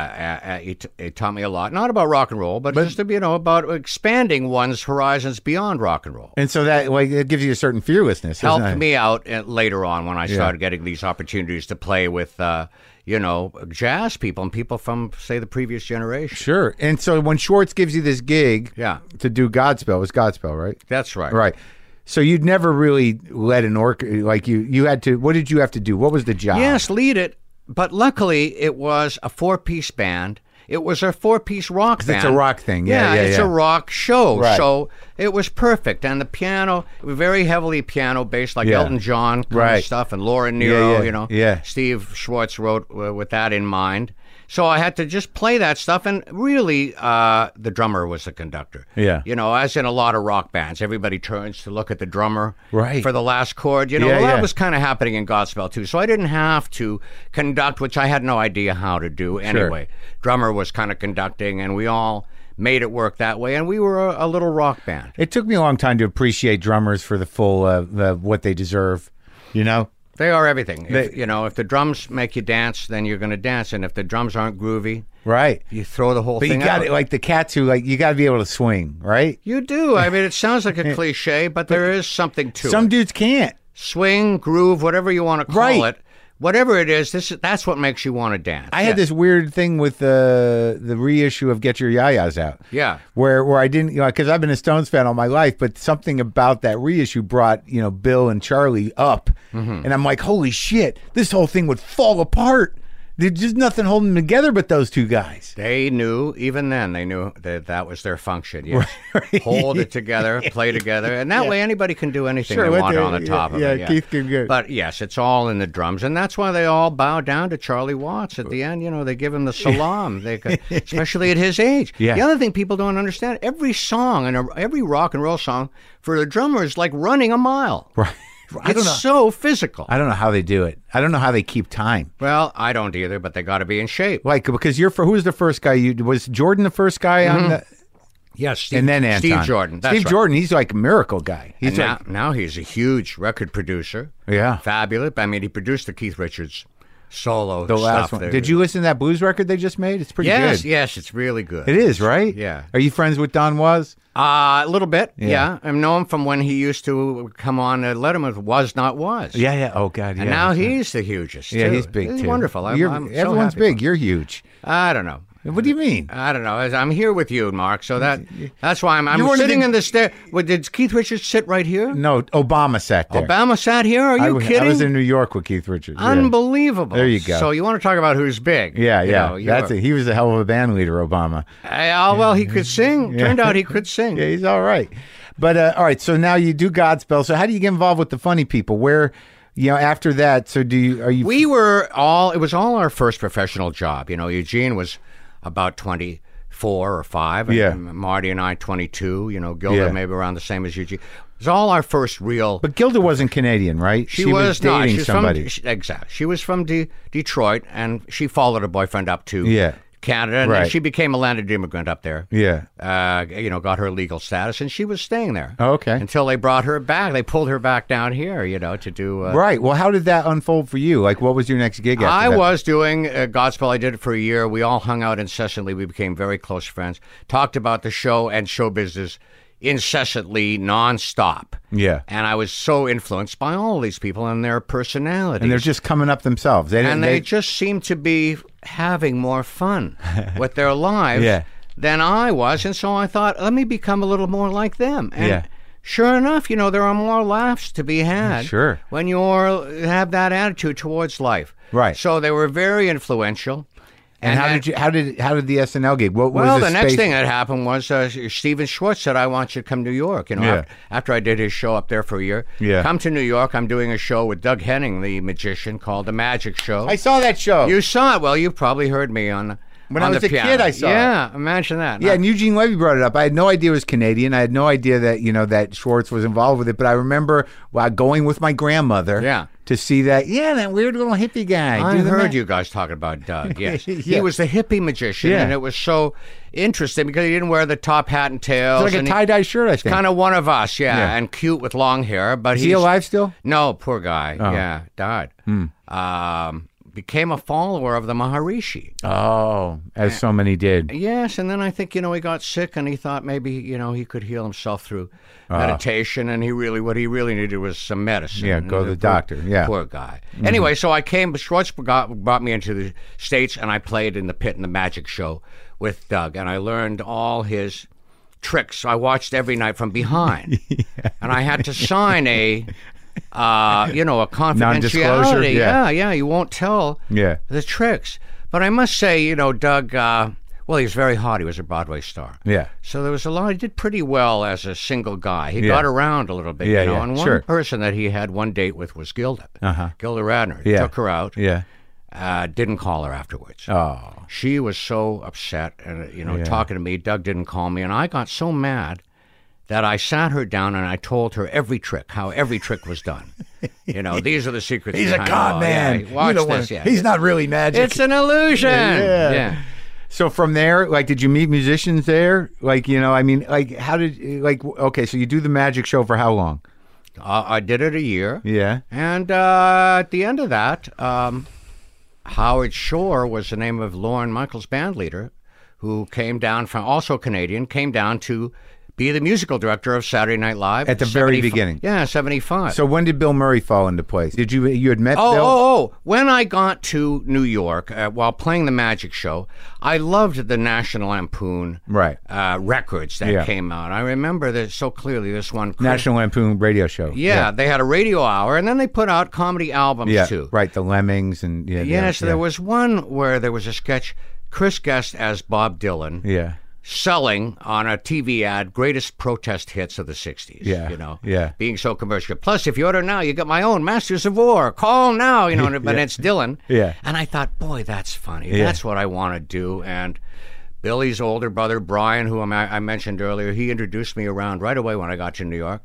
B: uh, it, it taught me a lot. Not about rock and roll, but, just to, you know about expanding one's horizons beyond rock and roll.
A: And so that like it gives you a certain fearlessness. doesn't
B: Helped
A: it?
B: me out uh, later on when I started getting these opportunities to play with, uh, you know, jazz people and people from say the previous generation.
A: Sure. And so when Schwartz gives you this gig,
B: Yeah.
A: to do Godspell, it was Godspell, right?
B: That's right.
A: Right. So you'd never really led an orchestra. Like you, you had to. What did you have to do? What was the job?
B: Yes, lead it. But luckily, it was a four-piece band. It was a four-piece rock band.
A: it's a rock thing. Yeah, yeah,
B: it's
A: yeah.
B: a rock show.
A: Right.
B: So it was perfect. And the piano, very heavily piano-based, like
A: Yeah.
B: Elton John kind
A: Right.
B: of stuff, and Laura Nero,
A: yeah,
B: you know.
A: yeah.
B: Steve Schwartz wrote uh, with that in mind. So I had to just play that stuff, and really, uh, the drummer was the conductor.
A: Yeah.
B: you know, as in a lot of rock bands, everybody turns to look at the drummer
A: Right.
B: for the last chord. You know,
A: Yeah,
B: well,
A: yeah.
B: that was kind of happening in Godspell too. So I didn't have to conduct, which I had no idea how to do anyway. Drummer was kind of conducting, and we all made it work that way. And we were a, a little rock band.
A: It took me a long time to appreciate drummers for the full uh, the, what they deserve. You know.
B: They are everything. If,
A: They-
B: you know, if the drums make you dance, then you're going to dance, and if the drums aren't groovy,
A: Right.
B: you throw the whole
A: But you
B: thing
A: got
B: out.
A: it like the cats who like you got to be able to swing, right?
B: You do. I mean, it sounds like a cliche, but there is something to
A: Some
B: it.
A: dudes can't.
B: Swing, groove, whatever you want to call
A: Right.
B: it, whatever it is, this is, that's what makes you want to dance.
A: I had this weird thing with uh, the reissue of Get Your Yayas Out.
B: Yeah.
A: Where where I didn't, you know, because I've been a Stones fan all my life, but something about that reissue brought, you know, Bill and Charlie up.
B: Mm-hmm.
A: And I'm like, holy shit, this whole thing would fall apart. There's just nothing holding them together but those two guys.
B: They knew, even then, they knew that that was their function. Yes. Hold it together, play together. And that way anybody can do anything
A: Sure,
B: they
A: what
B: want
A: they-
B: on the
A: yeah,
B: top
A: yeah,
B: of it.
A: Keith can get-
B: But yes, it's all in the drums. And that's why they all bow down to Charlie Watts at the end. You know, they give him the salam, they, go- especially at his age.
A: Yeah.
B: The other thing people don't understand every song and a- every rock and roll song for the drummer is like running a mile.
A: Right. I don't know.
B: It's so physical.
A: I don't know how they do it. I don't know how they keep time.
B: well, I don't either, but they got to be in shape.
A: Like because you're for who was the first guy? You was Jordan the first guy on the,
B: Yes, Steve,
A: and then Anton.
B: Mm-hmm. Steve Jordan. That's
A: Steve
B: right.
A: Jordan. He's like a miracle guy.
B: And
A: He's like,
B: now, now he's a huge record producer.
A: Yeah.
B: Fabulous. I mean, he produced the Keith Richards solo
A: the last
B: stuff
A: one.
B: there.
A: Did you listen to that blues record they just made? It's pretty
B: Yes,
A: good.
B: yes, it's really good.
A: It is, right?
B: Yeah.
A: Are you friends with Don Was?
B: Uh, a little bit, yeah. I know him from when he used to come on uh, Letterman with Was Not Was.
A: Yeah, yeah. Oh God, yeah.
B: And now he's the hugest.
A: yeah,
B: too.
A: he's big
B: He's
A: too.
B: wonderful. I'm,
A: You're-
B: I'm so
A: everyone's
B: happy.
A: big. You're huge.
B: I don't know.
A: What do you mean?
B: I don't know. I'm here with you, Mark. So that that's why I'm, I'm
A: You weren't
B: sitting
A: even-
B: in the stair. Well, did Keith Richards sit right here?
A: No, Obama sat there.
B: Obama sat here. Are you
A: I, w-
B: kidding?
A: I was in New York with Keith Richards. yeah.
B: Unbelievable.
A: There you go.
B: So you want to talk about who's big?
A: Yeah,
B: You
A: yeah.
B: know, you
A: That's
B: are-
A: it. He was a hell of a band leader, Obama.
B: Hey, oh, well, he could sing. Turned out he could sing.
A: Yeah, he's all right. But uh, all right, so now you do Godspell. So how do you get involved with the funny people? Where, you know, after that, so do you? Are you?
B: We were all. It was all our first professional job. You know, Eugene was about twenty four or five. And
A: Yeah.
B: Marty and I, twenty two. You know, Gilda
A: Yeah.
B: maybe around the same as Eugene. It was all our first real.
A: but Gilda wasn't Canadian, right?
B: she, was, not.
A: dating
B: She was
A: somebody.
B: From, she, exactly. She was from De- Detroit, and she followed her boyfriend up to
A: Yeah.
B: Canada, and
A: Right.
B: she became a landed immigrant up there.
A: yeah.
B: uh, you know, got her legal status, and she was staying there.
A: Oh, okay.
B: Until they brought her back, they pulled her back down here, you know, to do. Uh,
A: Right. Well, how did that unfold for you? Like, what was your next gig? After
B: I
A: that?
B: was doing uh, Godspell. I did it for a year. We all hung out incessantly. We became very close friends. Talked about the show and show business incessantly, nonstop.
A: Yeah.
B: And I was so influenced by all these people and their personalities.
A: And they're just coming up themselves. They didn't.
B: and they, just seemed to be having more fun with their lives
A: Yeah.
B: than I was, and so I thought, let me become a little more like them. And
A: Yeah.
B: sure enough, you know, there are more laughs to be had.
A: Sure.
B: when you are have that attitude towards life.
A: Right.
B: So they were very influential.
A: And, how
B: then-
A: did you? How did how did the SNL gig? What was
B: Well,
A: the
B: the next
A: space-
B: thing that happened was uh, Stephen Schwartz said, "I want you to come to New York." You know,
A: Yeah.
B: after, after I did his show up there for a year,
A: Yeah.
B: come to New York. I'm doing a show with Doug Henning, the magician, called The Magic Show.
A: I saw that show.
B: you saw it? Well, you probably heard me on the
A: When I
B: on
A: was
B: the
A: a kid,
B: piano.
A: I saw it.
B: Yeah, imagine that.
A: yeah, and Eugene Levy brought it up. I had no idea it was Canadian. I had no idea that you know that Schwartz was involved with it. But I remember uh, going with my grandmother.
B: Yeah.
A: To see that. Yeah, that weird little hippie guy.
B: I
A: do the
B: heard
A: ma-
B: you guys talking about Doug. Yes,
A: Yeah.
B: he was the hippie magician,
A: Yeah.
B: and it was so interesting because he didn't wear the top hat and tails.
A: It's like a
B: and he-
A: tie dye shirt. I think.
B: kind of one of us, yeah,
A: Yeah.
B: and cute with long hair. But
A: Is he
B: he's-
A: alive Oh. Hmm. still?
B: No, poor guy. Yeah, died. Um, became a follower of the Maharishi.
A: Oh, as so many did.
B: Yes, and then I think you know he got sick, and he thought maybe you know he could heal himself through meditation, and he really what he really needed was some medicine.
A: Ah. Yeah, go to
B: Poor-
A: the doctor, yeah. Mm-hmm.
B: poor guy. Anyway, so I came. Schwartz got, brought me into the states, and I played in the pit and the magic show with Doug, and I learned all his tricks. I watched every night from behind, and I had to sign a. Uh, you know, a
A: Non-disclosure,
B: confidentiality. yeah,
A: yeah.
B: yeah. You won't tell
A: Yeah.
B: the tricks. But I must say, you know, Doug. Uh, well, he was very hot. He was a Broadway star.
A: Yeah.
B: So there was a lot. He did pretty well as a single guy. He
A: Yeah.
B: got around a little bit,
A: Yeah,
B: you know.
A: yeah,
B: and one
A: sure.
B: person that he had one date with was Gilda. Uh-huh. Gilda Radner. He
A: Yeah.
B: Took her out.
A: Yeah.
B: Uh, didn't call her afterwards.
A: Oh.
B: She was so upset, and uh, you know, talking to me. Doug didn't call me, and I got so mad that I sat her down and I told her every trick, how every trick was done. You know, these are the secrets.
A: He's a
B: behind it
A: con
B: all. Yeah,
A: man. You
B: watch
A: don't wanna-
B: this. Yeah,
A: He's not really magic.
B: it's an illusion.
A: Yeah.
B: yeah.
A: so from there, like, did you meet musicians there? Like, you know, I mean, like, how did, like, okay, so you do the magic show for how long?
B: Uh, I, I did it a year.
A: Yeah.
B: And uh, at the end of that, um, Howard Shore was the name of Lauren Michaels' band leader, who came down from, also Canadian, came down to be the musical director of Saturday Night Live.
A: At the very
B: 75
A: beginning.
B: Yeah, 75.
A: So when did Bill Murray fall into place? Did you, you had met
B: Oh,
A: Bill?
B: oh, oh. When I got to New York uh, while playing the Magic Show, I loved the National Lampoon
A: Right.
B: uh, records that
A: Yeah.
B: came out. I remember this so clearly. This one,
A: National Lampoon radio show.
B: Yeah, they had a radio hour, and then they put out comedy albums
A: Yeah.
B: too.
A: Right. The Lemmings and, yeah.
B: Yes,
A: yeah,
B: there was one where there was a sketch. Chris Guest as Bob Dylan
A: Yeah.
B: selling on a TV ad greatest protest hits of the 60s.
A: Yeah,
B: You know?
A: yeah.
B: Being so commercial. Plus, if you order now, you get my own Masters of War. Call now, you know, and- but it's Dylan.
A: Yeah.
B: And I thought, boy, that's funny. That's what I want to do. And Billy's older brother, Brian, who I, I mentioned earlier, he introduced me around right away when I got to New York.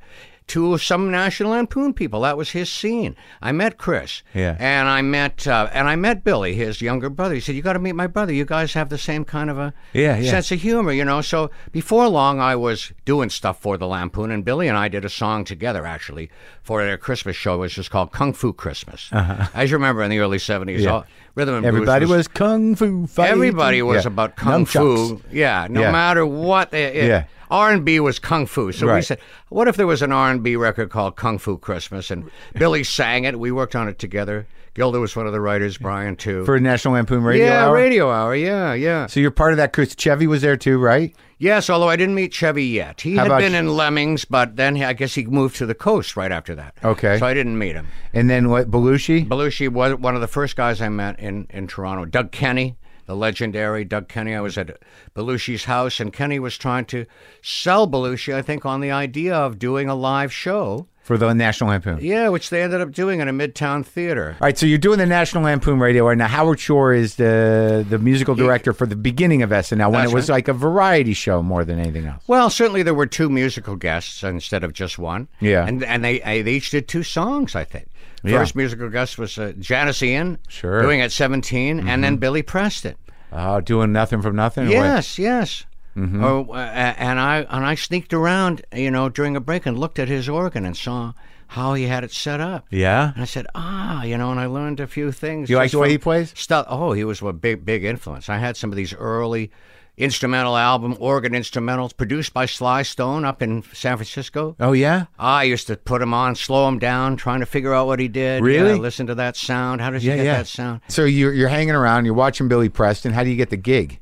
B: To some National Lampoon people, that was his scene. I met Chris,
A: Yeah.
B: and I met uh, and I met Billy, his younger brother. He said, "You got to meet my brother. You guys have the same kind of a
A: Yeah, yeah.
B: sense of humor, you know. So before long, I was doing stuff for the Lampoon, and Billy and I did a song together actually for their Christmas show, which was called Kung Fu Christmas. As you remember, in the early seventies, all, rhythm and
A: Uh-huh. Everybody
B: blues
A: was kung fu fighting.
B: everybody was
A: Yeah.
B: about kung
A: Nunchucks.
B: fu. Yeah, no
A: Yeah.
B: matter what. eh, They, it,
A: Yeah.
B: R&B was kung fu. So we
A: Right.
B: said, what if there was an R&B record called Kung Fu Christmas? And Billy sang it. We worked on it together. Gilda was one of the writers. Brian too.
A: For National Lampoon radio
B: yeah,
A: hour?
B: radio hour. Yeah, yeah.
A: So you're part of that crew. Chevy was there too, right?
B: Yes, although I didn't meet Chevy yet. He had
A: about
B: been
A: you?
B: in Lemmings, but then he- I guess he moved to the coast right after that.
A: Okay.
B: So I didn't meet him.
A: And then what? Belushi?
B: Belushi was one of the first guys I met in, in Toronto. Doug Kenny, the legendary Doug Kenny. I was at Belushi's house, and Kenny was trying to sell Belushi, I think, on the idea of doing a live show.
A: for the National Lampoon.
B: Yeah, which they ended up doing in a Midtown theater.
A: All right, so you're doing the National Lampoon Radio right now. Howard Shore is the the musical director for the beginning of SNL when it
B: That's
A: was like a variety show more than anything else.
B: Well, certainly there were two musical guests instead of just one.
A: Yeah.
B: and and they uh, they each did two songs, I think.
A: Yeah.
B: First musical guest was uh, Janice Ian,
A: Sure. Mm-hmm.
B: doing at 17 and then Billy Preston.
A: Oh, doing nothing from nothing. or what?
B: Yes, yes.
A: Mm-hmm.
B: Oh, uh, and I and I sneaked around, you know, during a break and looked at his organ and saw how he had it set up.
A: Yeah.
B: And I said, ah, you know, and I learned a few things.
A: You like
B: just
A: the way
B: from
A: he plays?
B: Stuff. Oh, he was a big, big influence. I had some of these early instrumental album organ instrumentals produced by Sly Stone up in San Francisco.
A: Oh yeah.
B: I used to put him on, slow him down, trying to figure out what he did.
A: Really?
B: Yeah, listen to that sound. How does
A: Yeah,
B: he get
A: yeah.
B: that sound?
A: So you're you're hanging around. You're watching Billy Preston. How do you get the gig?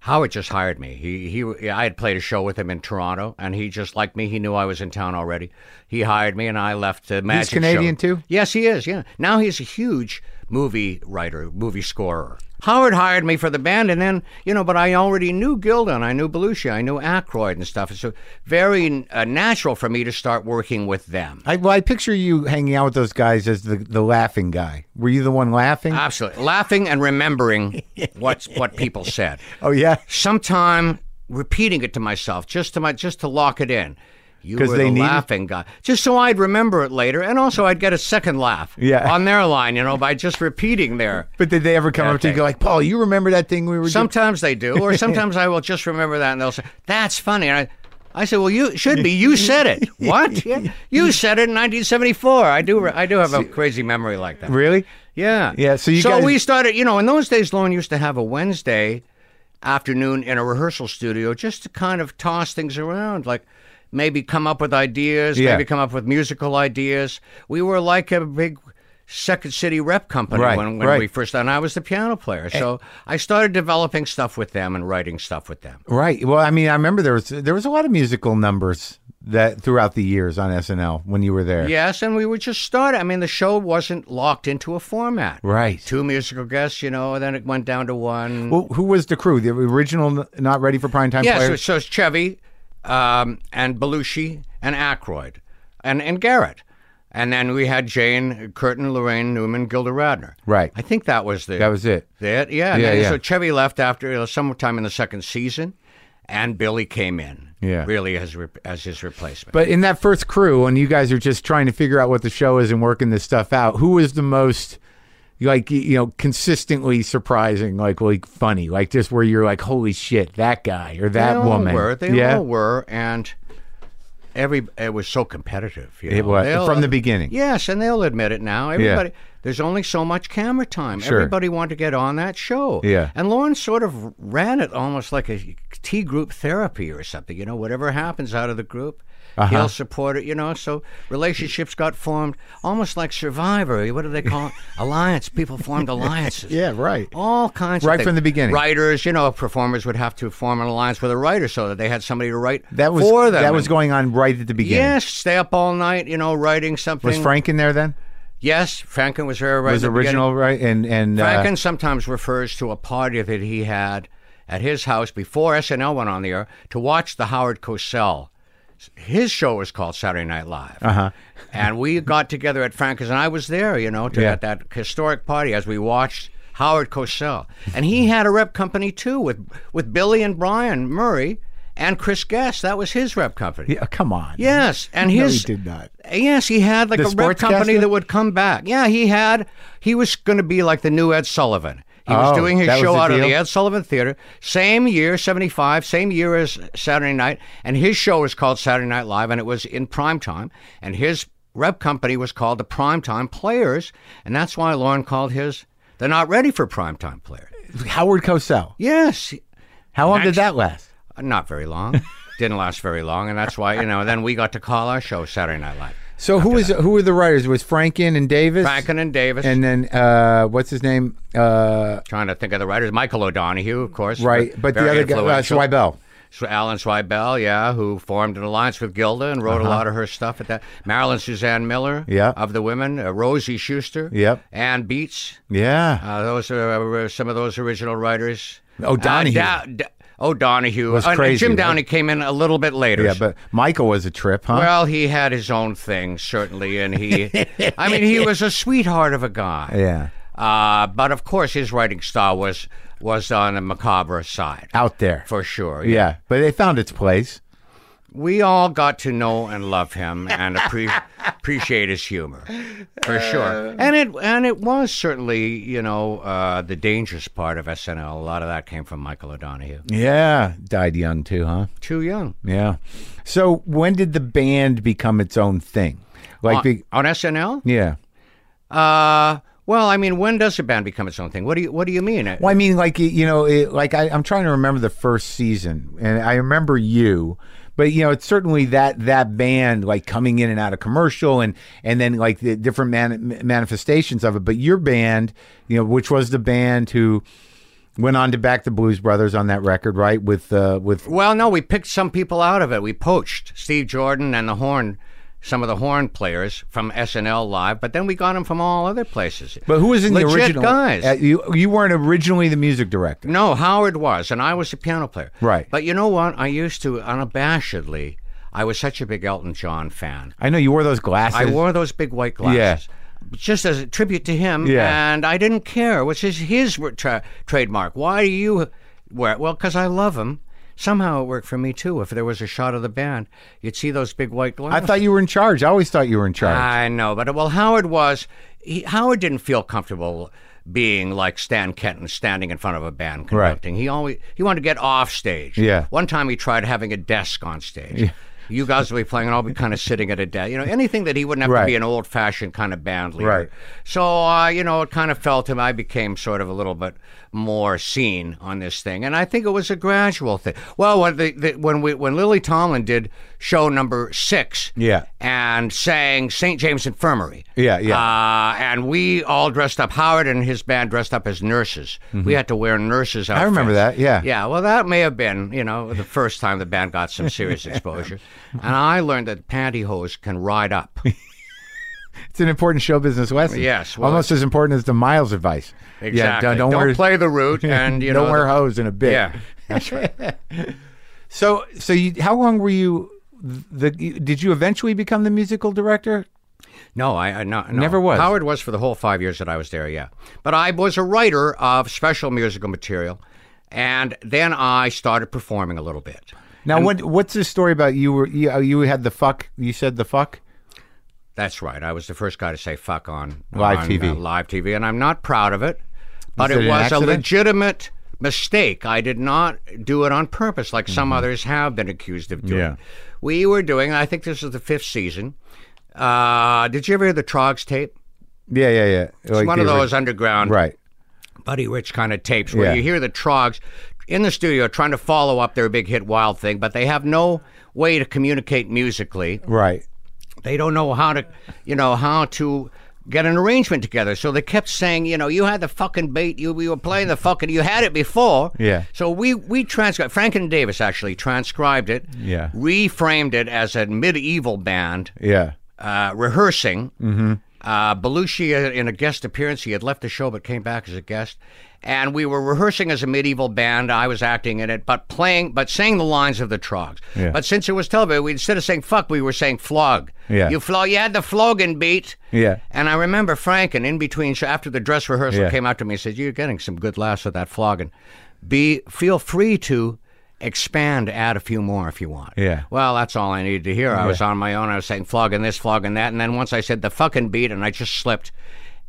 B: Howard just hired me. He he I had played a show with him in Toronto, and he just like me. He knew I was in town already. He hired me, and I left the magic.
A: Canadian
B: show.
A: too?
B: Yes, he is. Yeah. Now he's a huge movie writer, movie scorer. Howard hired me for the band, and then you know, but I already knew Gildan, I knew Belushi, I knew Aykroyd and stuff. It's so very uh, natural for me to start working with them.
A: I, well, I picture you hanging out with those guys as the, the laughing guy. Were you the one laughing?
B: Absolutely, laughing and remembering what's what people said.
A: oh yeah,
B: Sometime repeating it to myself, just to my, just to lock it in. You
A: 'Cause
B: were
A: they
B: the
A: needed-
B: laughing guy, just so I'd remember it later, and also I'd get a second laugh
A: Yeah.
B: on their line, you know, by just repeating their.
A: but did they ever come up to you and go like, Paul, you remember that thing we were doing?
B: Sometimes they do, or sometimes I will just remember that, and they'll say, "That's funny." And I, I say, "Well, you it should be. You said it. what? Yeah. You said it in 1974." I do. re- I do have a crazy memory like that.
A: Really?
B: Yeah.
A: Yeah, so you
B: So
A: guys-
B: we started. You know, in those days, Lorne used to have a Wednesday afternoon in a rehearsal studio just to kind of toss things around, like. Maybe come up with ideas,
A: Yeah.
B: maybe come up with musical ideas. We were like a big Second City rep company
A: Right,
B: when, when
A: right. Eh.
B: we first and I was the piano player. So I started developing stuff with them and writing stuff with them.
A: Right. Well, I mean, I remember there was there was a lot of musical numbers that throughout the years on SNL when you were there.
B: Yes, and we would just start. I mean, the show wasn't locked into a format.
A: Right.
B: Two musical guests, you know, and then it went down to one.
A: Well, who was the crew? The original n- not ready for primetime
B: yeah, so,
A: players.
B: so it's Chevy um, and Belushi and Aykroyd and, and Garrett. And then we had Jane Curtin, Lorraine Newman, Gilda Radner.
A: Right.
B: I think that was the
A: that was it.
B: That yeah, and
A: Yeah,
B: then-
A: yeah.
B: So Chevy left after uh, sometime in the second season, and Billy came in.
A: Yeah.
B: really as re- as his replacement.
A: But in that first crew, when you guys are just trying to figure out what the show is and working this stuff out, who was the most like y- you know consistently surprising, like like funny, like just where you're like, holy shit, that guy or that
B: they
A: woman.
B: all were. They
A: yeah,
B: all were, and every it was so competitive. You
A: It
B: know?
A: was.
B: They'll-
A: From the beginning.
B: Yes, and they'll admit it now. Everybody. There's only so much camera time.
A: Sure.
B: Everybody wanted to get on that show.
A: Yeah.
B: And Lauren sort of ran it almost like a T group therapy or something. You know, whatever happens out of the group,
A: Uh-huh.
B: he'll support it. You know, so relationships got formed almost like Survivor. What do they call it? Alliance. People formed alliances.
A: yeah, right.
B: All kinds of
A: Right
B: things.
A: from the beginning.
B: Writers, you know, performers would have to form an alliance with a writer so that they had somebody to write
A: That was
B: for them.
A: that was
B: And-
A: going on right at the beginning.
B: Yes, stay up all night, you know, writing something.
A: Was Frank in there then?
B: Yes, Franken was her right.
A: was
B: in the
A: original right and and
B: beginning.
A: uh,
B: Franken sometimes refers to a party that he had at his house before SNL went on the air to watch the Howard Cosell. His show was called Saturday Night Live, uh-huh. and we got together at Franken's, and I was there, you know, to,
A: Yeah.
B: at that historic party as we watched Howard Cosell, and he had a rep company too with with Billy and Brian Murray and Chris Guest. That was his rep company.
A: yeah, come on.
B: Yes, and
A: No,
B: his
A: he did not.
B: Yes, he had like
A: The
B: a rep company
A: sportscaster?
B: that would come back. Yeah, he had. He was going to be like the new Ed Sullivan. He
A: Oh,
B: was doing his
A: that was
B: show
A: the
B: out of the
A: deal?
B: Ed Sullivan Theater, same year, '75, same year as Saturday Night, and his show was called Saturday Night Live, and it was in prime time, and his rep company was called the Primetime Players, and that's why Lauren called his. They're not ready for primetime players.
A: Howard Cosell.
B: Yes,
A: How long did that last?
B: not very long. Didn't last very long, and that's why you know. Then we got to call our show Saturday Night Live.
A: So who was who were the writers? Was Franken and Davis?
B: Franken and Davis.
A: and then uh, what's his name? Uh,
B: trying to think of the writers. Michael O'Donohue, of course.
A: right,
B: ve-
A: but the
B: very
A: other guy, uh,
B: influential.
A: Schweibel.
B: So Alan Swibel, yeah, who formed an alliance with Gilda and wrote a lot of her stuff at that. Marilyn Suzanne Miller,
A: Uh-huh. Yeah.
B: of the women. Uh, Rosie Schuster,
A: Yep.
B: Ann Beats.
A: Yeah,
B: Uh, those are uh, some of those original writers.
A: O'Donohue.
B: Uh, Da- Da- O'Donohue
A: Was
B: Uh, and
A: crazy,
B: Jim
A: right?
B: Downey came in a little bit later.
A: yeah, but Michael was a trip, huh?
B: well, he had his own thing certainly, and he, I mean, he was a sweetheart of a guy.
A: yeah,
B: Uh, but of course, his writing style was was on the macabre side,
A: out there.
B: for sure.
A: yeah. but it found its place.
B: we all got to know and love him and appre- appreciate his humor, for sure. And it and it was certainly you know uh, the dangerous part of SNL. A lot of that came from Michael O'Donohue.
A: Yeah, died young too, huh?
B: Too young
A: Yeah. So when did the band become its own thing? Like
B: on,
A: the
B: on SNL.
A: yeah.
B: Uh, well, I mean, when does a band become its own thing? What do you What do you mean?
A: Well, I mean, like you know, it, like I, I'm trying to remember the first season, and I remember you, but you know, it's certainly that that band like coming in and out of commercial, and and then like the different man, manifestations of it. But your band, you know, which was the band who went on to back the Blues Brothers on that record, right? With uh, with
B: Well, no, we picked some people out of it. We poached Steve Jordan and the horn some of the horn players from SNL Live, but then we got them from all other places.
A: But who was in
B: Legit
A: the original?
B: guys?
A: Uh, you you weren't originally the music director.
B: No, Howard was, and I was the piano player.
A: Right.
B: But you know what? I used to unabashedly. I was such a big Elton John fan.
A: I know you wore those glasses.
B: I wore those big white glasses. Just as a tribute to him,
A: Yeah.
B: and I didn't care, which is his re- tra- trademark. Why do you wear it? Well, because I love him. Somehow it worked for me too. If there was a shot of the band, you'd see those big white
A: I
B: glasses.
A: thought you were in charge. I always thought you were in charge.
B: I know, but well, Howard was. He, Howard didn't feel comfortable being like Stan Kenton standing in front of a band conducting. He always he wanted to get off stage.
A: Yeah.
B: One time he tried having a desk on stage. You guys will be playing, and I'll be kind of sitting at a desk. You know, anything that he wouldn't have
A: Right.
B: to be an old fashioned kind of band leader.
A: Right.
B: So, uh, you know, it kind of felt him. I became sort of a little bit more seen on this thing, and I think it was a gradual thing. Well, when the, the, when we when Lily Tomlin did show number six,
A: Yeah.
B: and sang St. James Infirmary.
A: Yeah, yeah.
B: Uh, and we all dressed up. Howard and his band dressed up as nurses. We had to wear nurses. Outfits.
A: Mm-hmm. I remember that, yeah.
B: Yeah. Well, that may have been, you know, the first time the band got some serious exposure. and I learned that pantyhose can ride up.
A: It's an important show business lesson.
B: Yes, well,
A: almost as important as the Miles advice.
B: Exactly.
A: Yeah, don't, don't, wear,
B: play the root, and you
A: don't
B: know.
A: wear
B: the-
A: hose in a bit.
B: yeah. That's right.
A: So so you, how long were you? The you- did you eventually become the musical director?
B: No, I, I not, no.
A: Never was.
B: Howard was for the whole five years that I was there, yeah. But I was a writer of special musical material, and then I started performing a little bit.
A: Now what what's the story about you were you, uh, you had the fuck you said the fuck
B: That's right. I was the first guy to say fuck on
A: Live
B: on,
A: TV.
B: uh, live TV, and I'm not proud of it, but
A: Was it
B: it
A: an
B: was a
A: accident?
B: legitimate mistake. I did not do it on purpose, like some others have been accused of doing.
A: Mm-hmm. Yeah.
B: We were doing. I think this is the fifth season. Uh, did you ever hear the Trogs tape?
A: yeah yeah yeah
B: It's one of those underground
A: right
B: Buddy Rich kind of tapes where
A: Yeah.
B: you hear the Trogs in the studio trying to follow up their big hit Wild Thing, but they have no way to communicate musically.
A: right
B: They don't know how to, you know, how to get an arrangement together. So they kept saying, you know, you had the fucking beat, you, you were playing the fucking, you had it before.
A: Yeah.
B: So we we transcribed. Franklin Davis actually transcribed it.
A: Yeah.
B: Reframed it as a medieval band
A: yeah
B: uh, rehearsing.
A: Mm-hmm.
B: Uh, Belushi, uh, in a guest appearance, he had left the show but came back as a guest. And we were rehearsing as a medieval band. I was acting in it, but playing, but saying the lines of the Trogs.
A: Yeah.
B: But since it was television, we, instead of saying fuck, we were saying flog.
A: Yeah.
B: You flog. You had the flogging beat.
A: Yeah.
B: And I remember Franken in between sh- after the dress rehearsal
A: Yeah.
B: came out to me and said, "You're getting some good laughs with that flogging. Be feel free to." Expand, add a few more if you want.
A: Yeah.
B: Well, that's all I needed to hear. I was on my own. I was saying flogging this, flogging that, and then once I said the fucking beat, and I just slipped,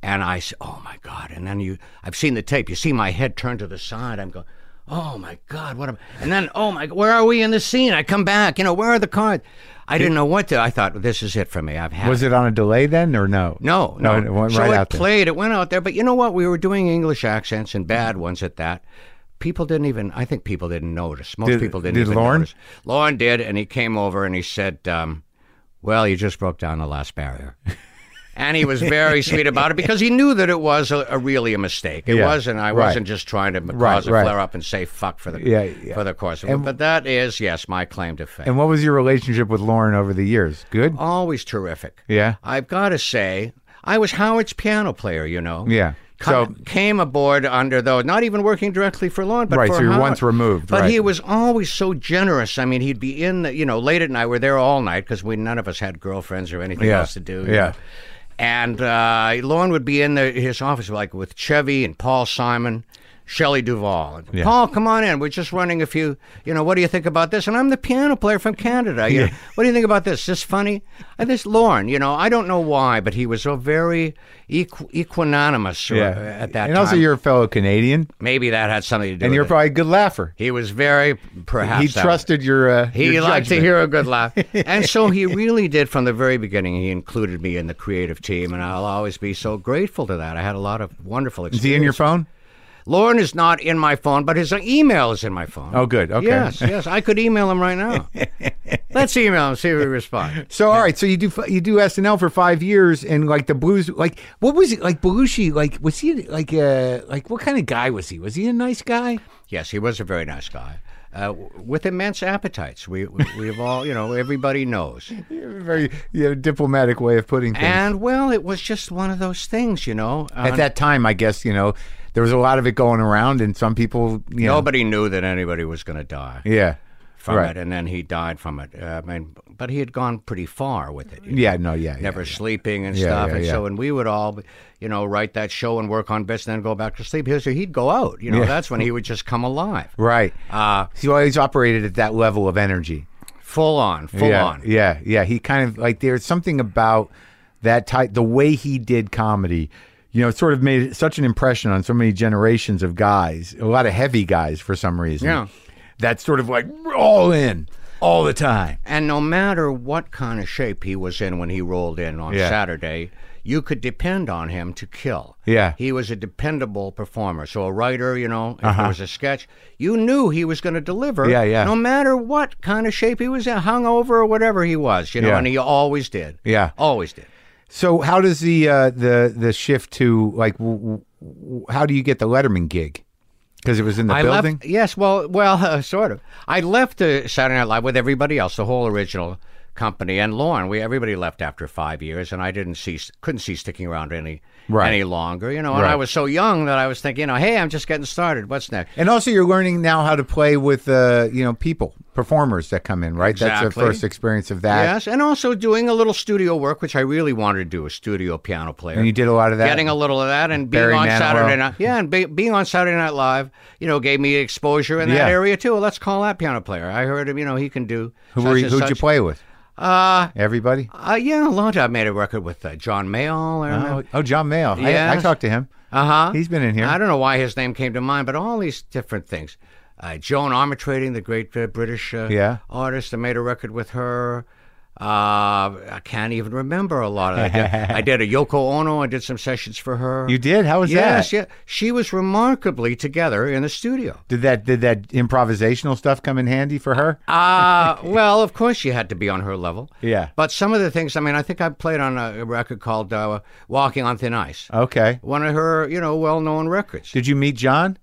B: and I said, "Oh my god!" And then you, I've seen the tape. You see my head turn to the side. I'm going, "Oh my god, what am?" And then, "Oh my, where are we in the scene?" I come back. You know, where are the cards? I didn't know what to. I thought this is it for me. I've had.
A: was
B: it.
A: it on a delay then or no
B: No, no.
A: it went
B: so
A: right
B: it
A: out there.
B: played. It went out there. But you know what? We were doing English accents and bad ones at that. People didn't even. I think people didn't notice. Most
A: Did-
B: people didn't
A: did
B: even
A: Lorne?
B: notice. Lauren did, and he came over and he said, um, "Well, you just broke down the last barrier." And he was very sweet about it because he knew that it was a, a really a mistake. It
A: Yeah,
B: wasn't. I
A: right.
B: wasn't just trying to
A: Right,
B: cause a
A: right.
B: flare up and say fuck for the
A: Yeah, yeah.
B: for the course. of it. but that is yes, my claim to fame.
A: and what was your relationship with Lauren over the years good
B: Always terrific.
A: yeah
B: I've got to say, I was Howard's piano player, you know.
A: Yeah.
B: Co-
A: So-
B: came aboard under though, not even working directly for Lorne, but
A: Right,
B: for
A: so you're
B: Howard.
A: once removed,
B: But
A: right.
B: he was always so generous. I mean, he'd be in, the, you know, late at night. We're there all night because we none of us had girlfriends or anything
A: Yeah.
B: else to do. you
A: Yeah.
B: know. And uh, Lorne would be in the, his office like with Chevy and Paul Simon. Shelley Duvall. And, Paul, come on in. We're just running a few. You know, what do you think about this? And I'm the piano player from Canada. You know, what do you think about this? This funny? And this Lorne, you know, I don't know why, but he was so very equ- equanimous
A: yeah
B: uh, at that
A: and
B: time.
A: also you're a fellow Canadian
B: Maybe that had something to do
A: and
B: with
A: you're
B: it.
A: probably a good laugher
B: He was very, perhaps.
A: he
B: that-
A: trusted your uh,
B: He
A: your
B: liked to
A: judgment.
B: hear a good laugh. and so he really did from the very beginning. He included me in the creative team, and I'll always be so grateful to that. I had a lot of wonderful
A: is
B: experiences.
A: he in your phone
B: Lauren is not in my phone, but his email is in my phone.
A: Oh, good. Okay.
B: Yes, yes. I could email him right now. Let's email him, see if he responds.
A: So all right, so you do you do SNL for five years, and like the blues, like what was it like Belushi? Like was he like uh like what kind of guy was he? Was he a nice guy?
B: Yes, he was a very nice guy. Uh, uh, w- with immense appetites. We we- we've all you know everybody knows.
A: Very you have a diplomatic way of putting things.
B: And well, it was just one of those things, you know. Uh,
A: At that time, I guess you know there was a lot of it going around, and some people, you know,
B: nobody knew that anybody was going to die
A: yeah,
B: from
A: right.
B: it, and then he died from it. Uh, I mean, but he had gone pretty far with it. you know,
A: Yeah, no, yeah, yeah,
B: Never
A: yeah.
B: sleeping and
A: Yeah,
B: stuff,
A: yeah,
B: and
A: yeah.
B: so and we would all, you know, write that show and work on bits, and then go back to sleep. Here's so he'd go out, you know.
A: Yeah.
B: That's when he would just come alive,
A: Right.
B: uh,
A: he always operated at that level of energy.
B: full on, full
A: yeah,
B: on.
A: Yeah, yeah. He kind of like there's something about that type, the way he did comedy. You know, it sort of made such an impression on so many generations of guys, a lot of heavy guys for some reason.
B: Yeah.
A: That's sort of like all in all the time.
B: And no matter what kind of shape he was in when he rolled in on
A: Yeah.
B: Saturday, you could depend on him to kill.
A: Yeah.
B: He was a dependable performer. So a writer, you know, if there was a sketch, you knew he was going to deliver.
A: Uh-huh. Yeah, yeah.
B: No matter what kind of shape he was in, hungover or whatever he was, you know,
A: Yeah.
B: and he always did.
A: Yeah.
B: Always did.
A: So how does the uh, the the shift to like w- w- w- how do you get the Letterman gig? Because it was in the
B: I
A: building.
B: left. Yes, well, well, uh, sort of. I left uh, Saturday Night Live with everybody else, the whole original company, and Lauren. We everybody left after five years, and I didn't see, couldn't see sticking around any
A: Right.
B: any longer. You know, and
A: Right.
B: I was so young that I was thinking, you know, hey, I'm just getting started. What's next?
A: And also, you're learning now how to play with uh, you know people, performers that come in, right? That's the
B: Exactly.
A: first experience of that.
B: yes, and also doing a little studio work, which I really wanted to do, a studio piano player.
A: And you did a lot of that.
B: Getting a little of that and being
A: Barry
B: on
A: Manilow.
B: Saturday Night, yeah, and be, being on Saturday Night Live, you know, gave me exposure in that
A: Yeah.
B: area too. Let's call that piano player. I heard him, you know, he can do.
A: Who
B: such
A: were you,
B: and
A: who'd you
B: such.
A: play with?
B: Uh,
A: Everybody?
B: Uh, yeah, a lot. I made a record with uh, John Mayall. I
A: Oh,
B: remember.
A: oh, John Mayo. I, I
B: Yes.
A: talked to him.
B: Uh huh.
A: He's been in here.
B: I don't know why his name came to mind, but all these different things. Uh, Joan Armatrading, the great uh, British uh,
A: Yeah.
B: artist, I made a record with her. Uh, I can't even remember a lot of that. I did, I did a Yoko Ono. I did some sessions for her.
A: You did? How was
B: Yes,
A: that?
B: yeah. She was remarkably together in the studio.
A: Did that did that improvisational stuff come in handy for her?
B: Uh, well, of course you had to be on her level.
A: Yeah.
B: But some of the things, I mean, I think I played on a a record called uh, Walking on Thin Ice.
A: Okay.
B: one of her, you know, well-known records.
A: Did you meet John?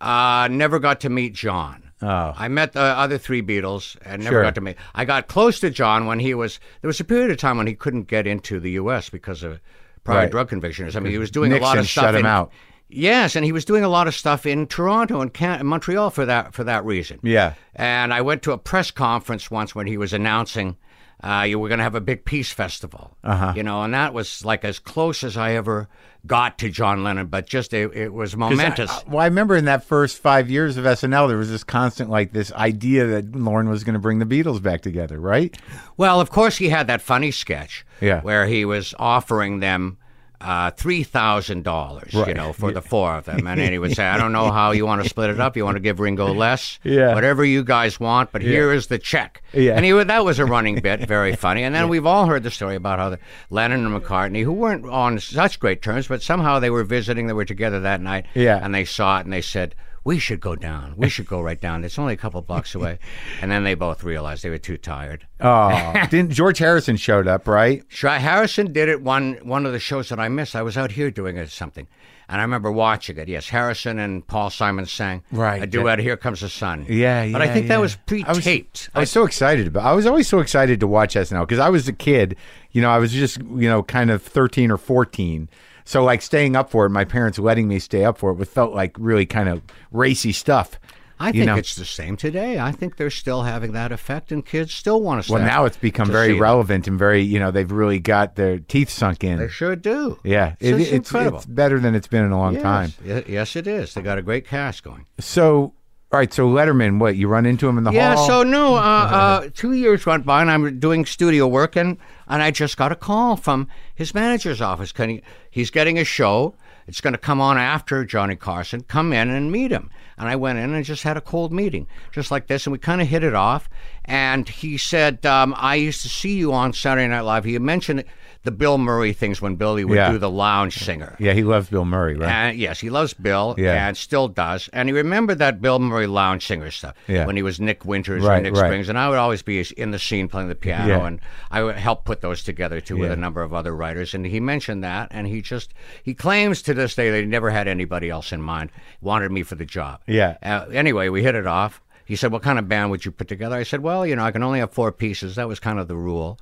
B: Uh, never got to meet John.
A: Oh.
B: I met the other three Beatles and never
A: Sure.
B: got to meet. I got close to John when he was. There was a period of time when he couldn't get into the U.S. because of prior
A: Right.
B: drug conviction or something. He was doing a lot
A: Nixon
B: of stuff.
A: shut him
B: in-
A: out.
B: Yes, and he was doing a lot of stuff in Toronto and Can- Montreal for that for that reason.
A: Yeah.
B: And I went to a press conference once when he was announcing uh, you were going to have a big peace festival. Uh-huh. You know, and that was like as close as I ever got to John Lennon, but just it, it was momentous.
A: Uh, Well, I remember in that first five years of SNL, there was this constant like this idea that Lauren was going to bring the Beatles back together, right?
B: well, of course, he had that funny sketch
A: Yeah.
B: where he was offering them. Uh, three thousand dollars, you know, for the four of them, and then he would say, "I don't know how you want to split it up. You want to give Ringo less,
A: Yeah.
B: whatever you guys want, but here is the check."
A: Yeah.
B: And he would, that was a running bit, very funny. And then we've all heard the story about how the, Lennon and McCartney, who weren't on such great terms, but somehow they were visiting, they were together that night,
A: Yeah.
B: and they saw it and they said, "We should go down. We should go right down. It's only a couple blocks away." and then they both realized they were too tired.
A: Oh, didn't George Harrison showed up, right?
B: Shri Harrison did it one one of the shows that I missed. I was out here doing it something, and I remember watching it. Yes, Harrison and Paul Simon sang
A: Right,
B: a duet. Here comes the sun.
A: Yeah, yeah.
B: But I think
A: yeah.
B: that was
A: I was-
B: pre-taped.
A: I was so excited about. I was always so excited to watch SNL because I was a kid. You know, I was just you know kind of thirteen or fourteen. So like staying up for it, my parents letting me stay up for it, it felt like really kind of racy stuff.
B: I
A: you
B: think
A: know?
B: it's the same today. I think they're still having that effect, and kids still want to. stay
A: well
B: up
A: now it's become
B: to
A: very
B: see it.
A: relevant and very you know they've really got their teeth sunk in.
B: They sure do.
A: yeah,
B: So it's, incredible.
A: it's better than it's been in a long
B: yes.
A: time.
B: Y- yes, it is. They got a great cast going.
A: So all right, so Letterman, what you run into him in the
B: Yeah,
A: hall? Mm-hmm.
B: so no, uh, uh, two years went by and I'm doing studio work and, and I just got a call from his manager's office. Can he, he's getting a show. It's going to come on after Johnny Carson. Come in and meet him. And I went in and just had a cold meeting, just like this, and we kind of hit it off. And he said, um, I used to see you on Saturday Night Live. He mentioned the Bill Murray things when Billy would
A: Yeah.
B: do the lounge singer.
A: yeah, he loves Bill Murray, right?
B: And yes, he loves Bill
A: Yeah.
B: and still does. And he remembered that Bill Murray lounge singer stuff
A: Yeah.
B: when he was Nick Winters
A: Right,
B: and Nick
A: right.
B: Springs. And I would always be in the scene playing the piano,
A: Yeah.
B: and I would help put those together too with
A: Yeah.
B: a number of other writers. And he mentioned that, and he just he claims to this day that he never had anybody else in mind, wanted me for the job.
A: Yeah.
B: Uh, anyway, we hit it off. He said, What kind of band would you put together? I said, Well, you know, I can only have four pieces. That was kind of the rule.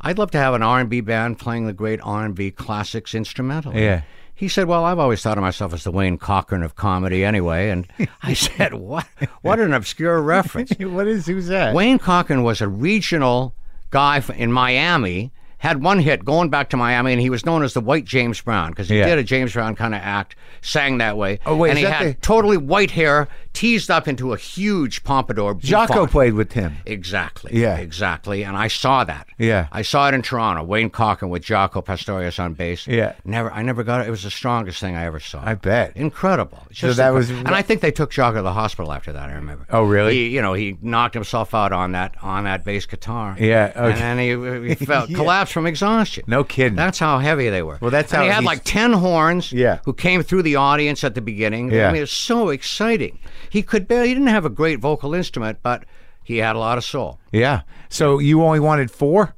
B: I'd love to have an R&B band playing the great R&B classics instrumentally.
A: Yeah.
B: He said, "Well, I've always thought of myself as the Wayne Cochran of comedy, anyway." And I said, "What? What an obscure reference!"
A: what is who's that?
B: Wayne Cochran was a regional guy f- in Miami. Had one hit going back to Miami, and he was known as the White James Brown because he
A: Yeah.
B: did a James Brown kind of act, sang that way.
A: Oh, wait,
B: and
A: is
B: he
A: that
B: had
A: the-
B: totally white hair, teased up into a huge pompadour.
A: Jocko
B: bouffant.
A: played with him.
B: Exactly.
A: Yeah.
B: Exactly. And I saw that.
A: Yeah.
B: I saw it in Toronto. Wayne Cochran with Jaco Pastorius on bass.
A: Yeah.
B: Never. I never got it. It was the strongest thing I ever saw.
A: I bet.
B: Incredible. It's
A: So
B: just
A: that
B: incre-
A: was-
B: And I think they took Jaco to the hospital after that. I remember.
A: Oh, really?
B: He, you know, he knocked himself out on that on that bass guitar.
A: Yeah, okay.
B: And then he, he felt
A: Yeah.
B: collapsed from exhaustion.
A: No kidding.
B: That's how heavy they were.
A: Well, that's
B: and
A: how
B: he had
A: he's-
B: like ten horns.
A: Yeah.
B: Who came through the audience at the beginning?
A: Yeah.
B: I mean, it's so exciting. He could barely. He didn't have a great vocal instrument, but he had a lot of soul.
A: Yeah. So you only wanted four?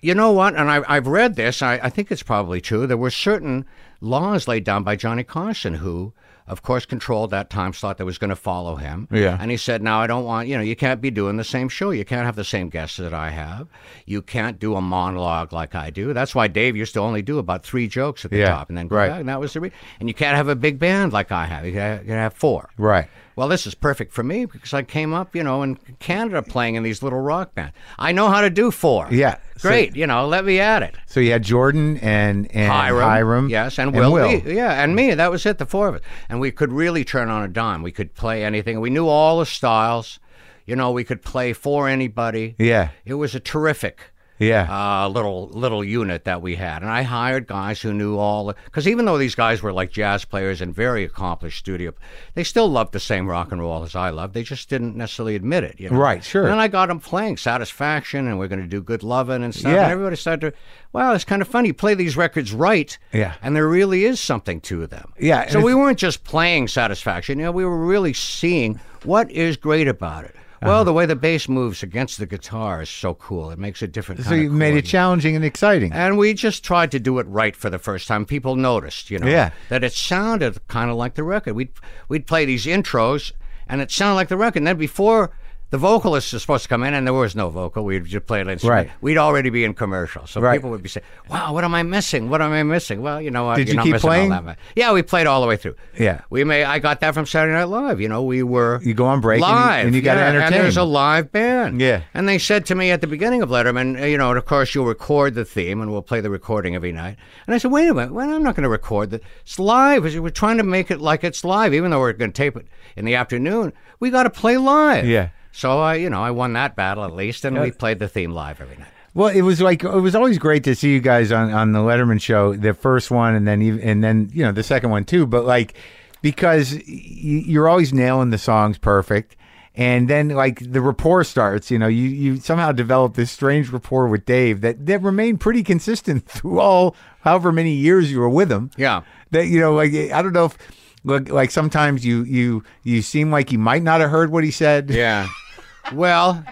B: You know what? And I, I've read this. I, I think it's probably true. There were certain laws laid down by Johnny Carson, who, of course, controlled that time slot that was going to follow him.
A: Yeah.
B: And he said, "Now I don't want. You know, you can't be doing the same show. You can't have the same guests that I have. You can't do a monologue like I do. That's why Dave used to only do about three jokes at the
A: Yeah,
B: top, and then go
A: right.
B: back. And that was the. Re- and you can't have a big band like I have. You can you can have four.
A: Right.
B: Well, this is perfect for me because I came up, you know, in Canada playing in these little rock bands. I know how to do four.
A: Yeah, so-
B: Great. you know, let me at it.
A: So you had Jordan and and
B: Hiram,
A: Hiram,
B: Yes, and,
A: Will.
B: Will. Lee. Yeah, and me. That was it, the four of us. And we could really turn on a dime. We could play anything. We knew all the styles. You know, we could play for anybody.
A: Yeah.
B: It was a terrific
A: Yeah.
B: uh, little little unit that we had, and I hired guys who knew all. Because even though these guys were like jazz players and very accomplished studio, they still loved the same rock and roll as I loved. They just didn't necessarily admit it. You know?
A: Right, sure.
B: And then I got them playing Satisfaction, and we're going to do Good Lovin' and stuff.
A: Yeah.
B: And everybody started to, wow, it's kind of funny. You play these records right,
A: Yeah.
B: and there really is something to them.
A: Yeah, and
B: So we
A: it's-
B: weren't just playing Satisfaction. You know, we were really seeing what is great about it.
A: Uh-huh.
B: Well, the way the bass moves against the guitar is so cool. It makes a different.
A: so you made it challenging and exciting.
B: And we just tried to do it right for the first time. People noticed, you know,
A: Yeah.
B: that it sounded kind of like the record. We'd we'd play these intros, and it sounded like the record. And then before the vocalist is supposed to come in, and there was no vocal, we'd just play an instrument.
A: Right.
B: We'd already be in commercial, so
A: Right.
B: people would be saying, "Wow, what am I missing? What am I missing?" Well, you know what?
A: Did
B: You're
A: you
B: not
A: keep
B: missing all
A: playing?
B: that much. Yeah, we played all the way through.
A: Yeah.
B: we may. I got that from Saturday Night Live. You know, we were
A: You go on break and you-
B: live,
A: and you gotta
B: yeah, And
A: entertain.
B: there's a live band.
A: Yeah.
B: And they said to me at the beginning of Letterman, uh, you know, and of course you'll record the theme and we'll play the recording every night. And I said, wait a minute, well, I'm not going to record that. It's live. We're trying to make it like it's live, even though we're going to tape it in the afternoon. We got to play live.
A: Yeah.
B: So I, you know, I won that battle at least, and we played the theme live every night.
A: Well, it was like it was always great to see you guys on on the Letterman show, the first one, and then ev- and then you know the second one too. But like because y- you're always nailing the songs perfect, and then like the rapport starts. You know, you you somehow develop this strange rapport with Dave that that remained pretty consistent through all however many years you were with him.
B: Yeah.
A: that you know like I don't know if. Like, like sometimes you you you seem like you might not have heard what he said.
B: Yeah. well,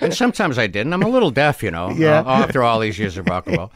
B: and sometimes I didn't. I'm a little deaf, you know,
A: Yeah.
B: uh, after all these years of rock and roll.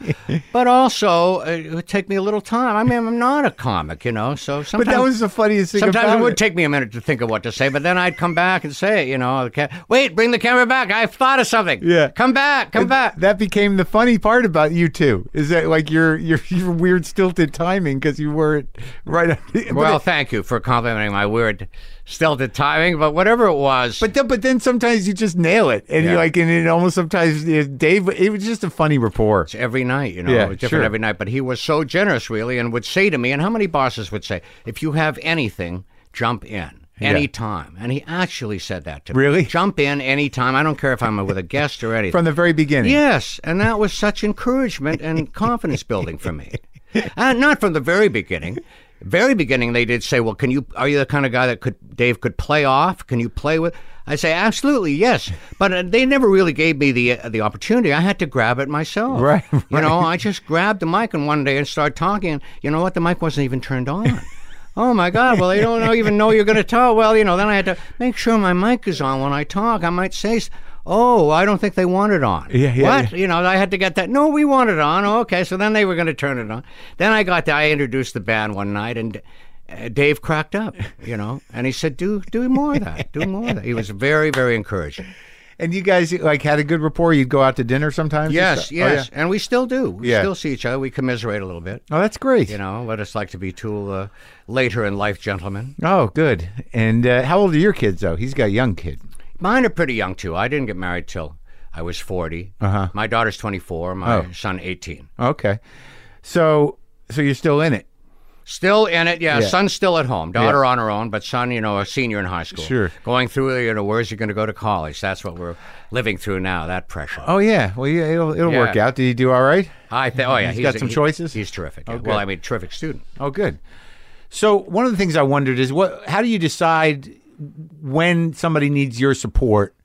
B: But also, uh, it would take me a little time. I mean, I'm not a comic, you know, so
A: But
B: sometimes.
A: that was the funniest thing.
B: Sometimes
A: about
B: it would take me a minute to think of what to say, but then I'd come back and say, it, you know, okay, wait, bring the camera back. I've thought of something.
A: Yeah.
B: Come back, come back.
A: That became the funny part about you two is that like your your, your weird stilted timing because you weren't right. but
B: Well,
A: it-
B: thank you for complimenting my weird stilted timing, but whatever it was.
A: but then, but then sometimes you just nail it, and you
B: Yeah.
A: like, and it almost sometimes it- Dave. It was just a funny rapport.
B: It's every night, you know,
A: Yeah,
B: it was different
A: sure.
B: every night. But he was so generous, really, and would say to me, and how many bosses would say, if you have anything, jump in anytime. And he actually said that to me.
A: Really?
B: Jump in anytime. I don't care if I'm with a guest or anything.
A: From the very beginning,
B: yes, and that was such encouragement and confidence building for me. And not from the very beginning. Very beginning, they did say, "Well, can you? Are you the kind of guy that could Dave could play off? Can you play with?" I say, "Absolutely, yes." But uh, they never really gave me the uh, the opportunity. I had to grab it myself.
A: Right,
B: You know, I just grabbed the mic and one day and started talking. And you know what? The mic wasn't even turned on. Oh my God! Well, they don't know- even know you're going to talk. Well, you know, then I had to make sure my mic is on when I talk. I might say, s- "Oh, I don't think they want it on."
A: Yeah, yeah,
B: What?
A: yeah.
B: you know, I had to get that. No, we want it on. Oh, okay, so then they were going to turn it on. Then I got. To, I introduced the band one night, and uh, Dave cracked up, you know, and he said, "Do do more of that. Do more of that." He was very very encouraging.
A: And you guys like had a good rapport. You'd go out to dinner sometimes. and
B: Yes,
A: stuff? Oh, yeah.
B: yes, and we still do. We
A: Yeah.
B: still see each other. We commiserate a little bit.
A: Oh, that's great.
B: You know what it's like to be two uh, later in life gentlemen.
A: Oh, good. And uh, how old are your kids though? He's got a young kid.
B: Mine are pretty young too. I didn't get married till I was 40
A: Uh-huh. Oh.
B: My daughter's twenty four. My son eighteen.
A: Okay. So so you're still in it.
B: Still in it, yeah.
A: Yeah.
B: Son's still at home. Daughter on her own, but son, you know, a senior in high school.
A: Sure.
B: Going through, you know, where's he going to go to college? That's what we're living through now. That pressure.
A: Oh yeah. Well, yeah, it'll it'll
B: Yeah.
A: work out. Did he do all right?
B: I th- oh yeah, he's
A: got some choices?
B: He's terrific. yeah.
A: Oh,
B: Well,
A: good.
B: I mean, terrific student.
A: Oh, good. So one of the things I wondered is what? How do you decide when somebody needs your support?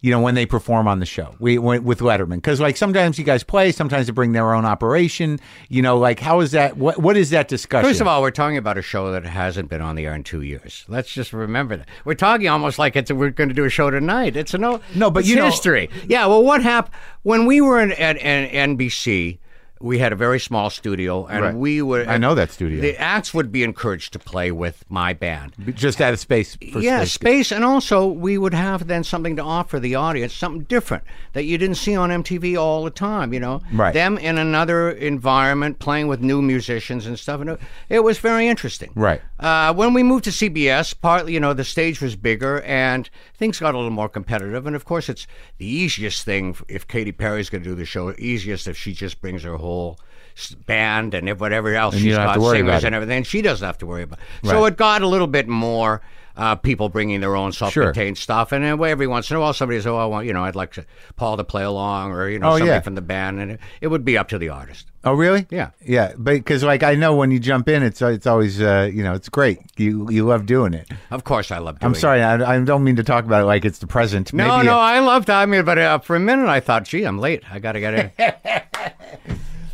A: You know, when they perform on the show we, when, with Letterman, because like sometimes you guys play, sometimes they bring their own operation. You know, like how is that? What what is that discussion?
B: First of all, we're talking about a show that hasn't been on the air in two years. Let's just remember that. We're talking almost like it's we're going to do a show tonight. It's an no,
A: No, but
B: it's
A: you know-
B: history. yeah. Well, what happened when we were in, at, at NBC? We had a very small studio, and
A: Right.
B: we were.
A: I know that studio.
B: The acts would be encouraged to play with my band.
A: just out of space. For
B: yeah,
A: space.
B: space, and also we would have then something to offer the audience, something different that you didn't see on MTV all the time. You know,
A: Right.
B: Them in another environment, playing with new musicians and stuff, and it- it was very interesting.
A: Right.
B: Uh, when we moved to CBS, partly you know the stage was bigger and things got a little more competitive, and of course it's the easiest thing if Katy Perry's going to do the show. Easiest if she just brings her whole s- band and if whatever else
A: you
B: she's
A: don't have
B: got
A: to worry
B: singers
A: about it.
B: and everything. She doesn't have to worry about. it. So it got a little bit more uh, people bringing their own self-contained stuff, and then every once in a while somebody says, "Oh, I want you know, I'd like to, Paul to play along, or you know,
A: Oh,
B: somebody
A: yeah.
B: from the band," and it, it would be up to the artist.
A: Oh, really?
B: Yeah.
A: yeah. But because like I know when you jump in, it's it's always uh, you know it's great. You you love doing it.
B: Of course, I love. Doing
A: I'm
B: it.
A: sorry, I, I don't mean to talk about it like it's the present.
B: No,
A: Maybe
B: no, I loved. I mean, but uh, for a minute I thought, "Gee, I'm late. I got to get in."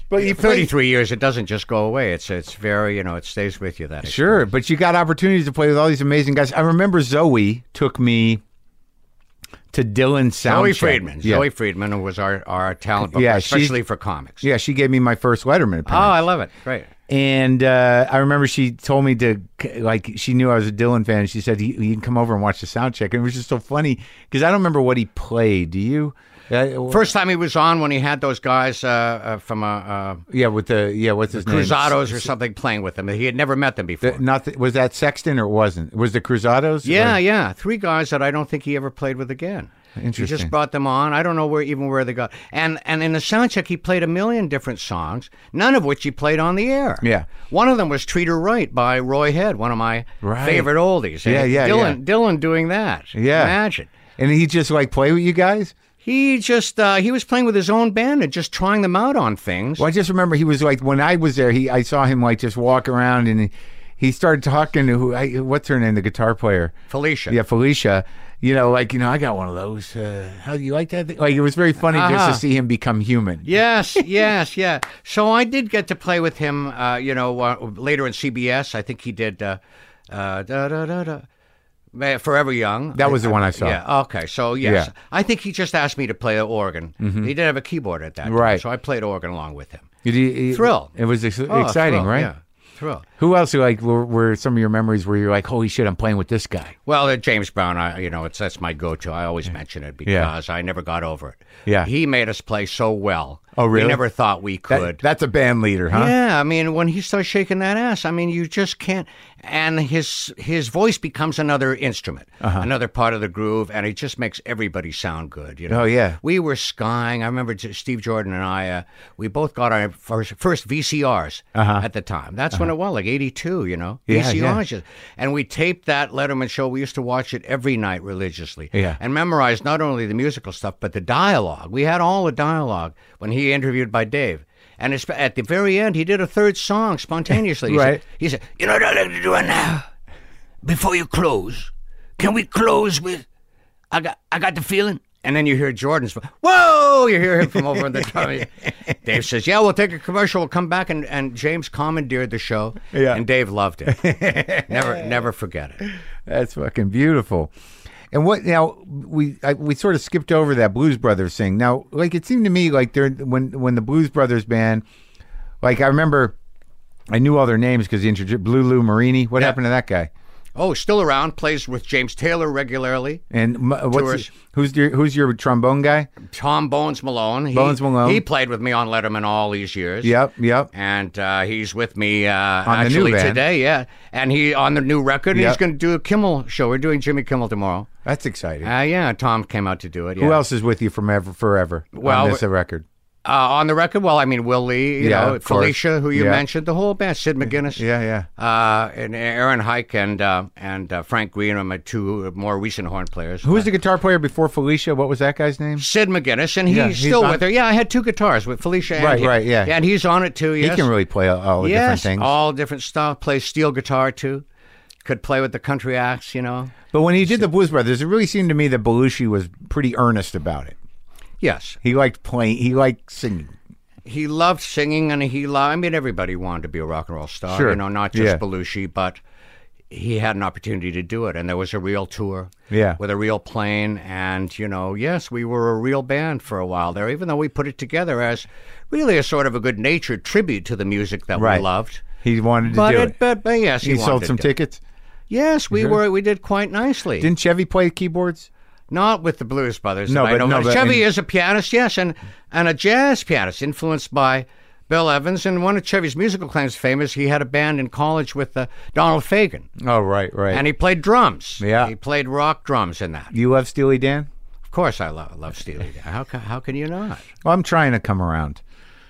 A: but you played-
B: 33 years, it doesn't just go away. It's it's very you know, it stays with you. That
A: Sure, but you got opportunities to play with all these amazing guys. I remember Zoe took me to Dylan Soundcheck.
B: Zoe Friedman.
A: Yeah,
B: Zoe Friedman was our our talent, booker,
A: Yeah, she's-
B: especially for comics.
A: yeah, she gave me my first Letterman appearance.
B: Oh, I love it. Great.
A: And uh, I remember she told me to like she knew I was a Dylan fan. She said he, he can come over and watch the sound check, and it was just so funny because I don't remember what he played. Do you? Uh,
B: First time he was on when he had those guys uh, uh, from uh, uh,
A: yeah, with the yeah, what's his name?
B: Cruzados or something playing with him. He had never met them before.
A: The- not the- was that Sexton or it wasn't? Was the Cruzados?
B: yeah, yeah, three guys that I don't think he ever played with again. He
A: Interesting.
B: just brought them on. I don't know where even where they got. And and in the soundcheck, he played a million different songs, none of which he played on the air.
A: Yeah.
B: One of them was "Treater Right" by Roy Head, one of my
A: Right.
B: favorite oldies. And
A: Yeah, yeah,
B: Dylan, Dylan doing that.
A: Yeah.
B: Imagine.
A: and he just like play with you guys.
B: He just uh, he was playing with his own band and just trying them out on things.
A: Well, I just remember he was like when I was there. He I saw him like just walk around and he, he started talking to who? I, what's her name? The guitar player.
B: Felicia.
A: Yeah, Felicia. You know, like you know, I got one of those. Uh, how do you like that? Thing? Like it was very funny just
B: Uh-huh.
A: to see him become human.
B: Yes, yes, yeah. So I did get to play with him, uh, you know, uh, later in CBS. I think he did uh, uh, da, da, da, da, Ma- Forever Young.
A: That was the one I saw.
B: Yeah, okay. So, yes.
A: Yeah. Mm-hmm.
B: I think he just asked me to play the organ. He did have a keyboard at that time.
A: Right.
B: So I played organ along with him.
A: It, it-
B: Thrill.
A: It was ex-
B: Oh,
A: exciting,
B: thrill,
A: right?
B: Yeah, thrill.
A: Who else? Like were, were some of your memories where you're like, holy shit, I'm playing with this guy.
B: Well, uh, James Brown, I, you know, it's that's my go-to. I always mention it because I never got over it.
A: Yeah.
B: He made us play so well.
A: Oh, really?
B: We never thought we
A: That-
B: could.
A: that's a band leader, huh?
B: Yeah, I mean, when he starts shaking that ass, I mean, you just can't. And his his voice becomes another instrument,
A: Uh-huh.
B: another part of the groove, and it just makes everybody sound good. You know?
A: Oh, yeah.
B: We were skying. I remember J- Steve Jordan and I. Uh, we both got our first first VCRs at the time. That's when it was like '82. You know,
A: Uh-huh. Yeah,
B: VCRs,
A: yeah.
B: just- and we taped that Letterman show. We used to watch it every night religiously.
A: Yeah.
B: And memorized not only the musical stuff, but the dialogue. We had all the dialogue when he interviewed by Dave. And it's, at the very end, he did a third song spontaneously. He
A: Right.
B: Said, he said, You know what I'd like to do right now? Before you close, can we close with, I got, I got the feeling? And then you hear Jordan's, vo- whoa! You hear him from over in the tummy. Dave says, Yeah, we'll take a commercial. We'll come back. And, and James commandeered the show.
A: Yeah.
B: And Dave loved it. never, never forget it.
A: That's fucking beautiful. And what now? We I, we sort of skipped over that Blues Brothers thing. Now, like it seemed to me like during when when the Blues Brothers band, like I remember I knew all their names because he introduced Blue Lou Marini. What happened to that guy?
B: Oh, still around, plays with James Taylor regularly.
A: And m- uh, what's
B: Tourist.
A: who's your who's your trombone guy?
B: Tom Bones Malone. He,
A: Bones Malone.
B: He played with me on Letterman all these years.
A: Yep, yep.
B: And uh, he's with me uh,
A: the new
B: actually
A: band.
B: today, yeah. And he on the new record, and
A: Yep.
B: he's going to do a Kimmel show. We're doing Jimmy Kimmel tomorrow.
A: That's exciting.
B: Uh, yeah, Tom came out to do it. Yeah.
A: Who else is with you from ever forever
B: Well,
A: on this record?
B: Uh, on the record, well, I mean, Will Lee, you
A: Yeah,
B: know,
A: of course.
B: Felicia, who you
A: Yeah.
B: mentioned, the whole band, Sid McGuinness.
A: Yeah, yeah.
B: Uh, and Aaron Hike and uh, and uh, Frank Green are my two more recent horn players.
A: Who was the guitar player before Felicia? What was that guy's name?
B: Sid McGuinness, and he's
A: Yeah, he's
B: still
A: on-
B: with her. Yeah, I had two guitars with Felicia. and
A: Right,
B: him.
A: right, yeah.
B: And he's on it too. Yes,
A: He can really play all, all the different
B: yes,
A: things.
B: all different stuff. Plays steel guitar too. Could play with the country acts, you know.
A: but when he did the Blues Brothers, it really seemed to me that Belushi was pretty earnest about it.
B: Yes,
A: He liked playing. He liked singing.
B: he loved singing, and he loved. I mean, everybody wanted to be a rock and roll star,
A: Sure.
B: you know, not just
A: Yeah.
B: Belushi, but he had an opportunity to do it, and there was a real tour,
A: Yeah.
B: with a real plane, and you know, yes, we were a real band for a while there, even though we put it together as really a sort of a good-natured tribute to the music that
A: Right.
B: we loved.
A: He wanted to
B: But
A: do
B: it,
A: it.
B: but, but yes,
A: He,
B: he,
A: sold
B: wanted
A: some
B: to.
A: tickets.
B: Yes, we were. We did quite nicely.
A: Didn't Chevy play keyboards?
B: Not with the Blues Brothers.
A: No,
B: that I
A: but-
B: know,
A: no, but
B: Chevy
A: in-
B: is a pianist, yes, and and a jazz pianist influenced by Bill Evans. And one of Chevy's musical claims to fame is he had a band in college with uh, Donald Fagen,
A: Oh, right, right.
B: and he played drums.
A: Yeah.
B: he played rock drums in that.
A: do you love Steely Dan?
B: Of course, I love love Steely. Dan. How ca- how can you not?
A: Well, I'm trying to come around.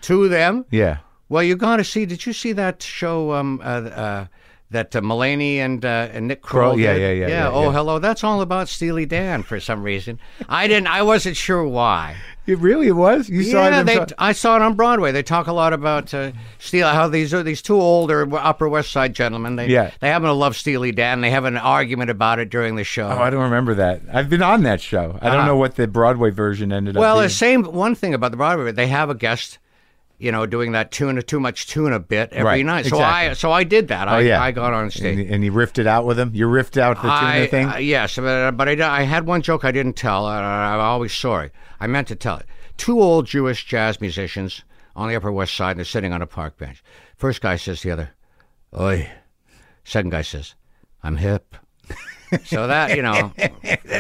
B: To them,
A: Yeah.
B: well, you got to see. Did you see that show? Um, uh, uh, that uh, Mulaney and uh, and Nick Kroll.
A: yeah,
B: did?
A: yeah, yeah, yeah,
B: Oh,
A: yeah.
B: hello. That's all about Steely Dan for some reason. I didn't. I wasn't sure why.
A: It really was. You saw
B: yeah,
A: them
B: they,
A: pro-
B: I saw it on Broadway. They talk a lot about uh, Steely. How these are these two older Upper West Side gentlemen. They
A: Yeah.
B: they happen to love Steely Dan. They have an argument about it during the show.
A: Oh, I don't remember that. I've been on that show. I don't know what the Broadway version ended
B: Uh-huh. well,
A: up.
B: the same
A: being.
B: one thing about the Broadway. They have a guest, you know, doing that tuna too much tuna bit every
A: Right,
B: night. So I
A: exactly. Oh,
B: so I did that. I,
A: yeah.
B: I got on stage.
A: and, and he riffed it out with him. You riffed out the tuna
B: I,
A: thing.
B: uh, yes, but, but I, I had one joke I didn't tell. And I'm always sorry. I meant to tell it. Two old Jewish jazz musicians on the Upper West Side. They're sitting on a park bench. First guy says to the other, "Oi." Second guy says, "I'm hip." so that you know, I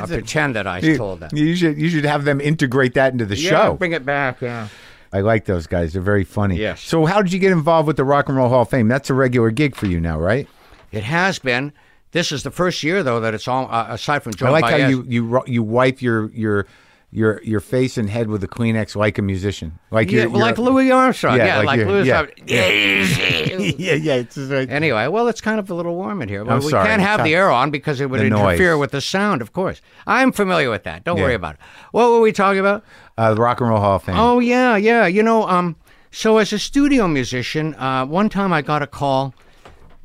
B: pretend that I told that.
A: You should you should have them integrate that into the
B: Yeah,
A: show.
B: bring it back. Yeah.
A: I like those guys. They're very funny.
B: Yes.
A: So how did you get involved with the Rock and Roll Hall of Fame? That's a regular gig for you now, right?
B: It has been. This is the first year though that it's all uh, aside from Joe.
A: I like how
B: Baez-
A: you you ro- you wipe your your your your face and head with a Kleenex like a musician, like
B: Yeah,
A: you're, you're-
B: like Louis Armstrong.
A: Yeah,
B: Yeah,
A: like
B: like,
A: you-
B: Louis
A: yeah.
B: Armstrong.
A: yeah, yeah. It's just like,
B: Anyway, well, it's kind of a little warm in here. Well,
A: I'm
B: we
A: sorry.
B: can't have the air on because it would
A: The noise.
B: interfere with the sound, of course. I'm familiar with that. Don't worry about it. What were we talking about?
A: uh, the Rock and Roll Hall of Fame.
B: Oh, yeah, yeah. You know, um, so as a studio musician, uh, one time I got a call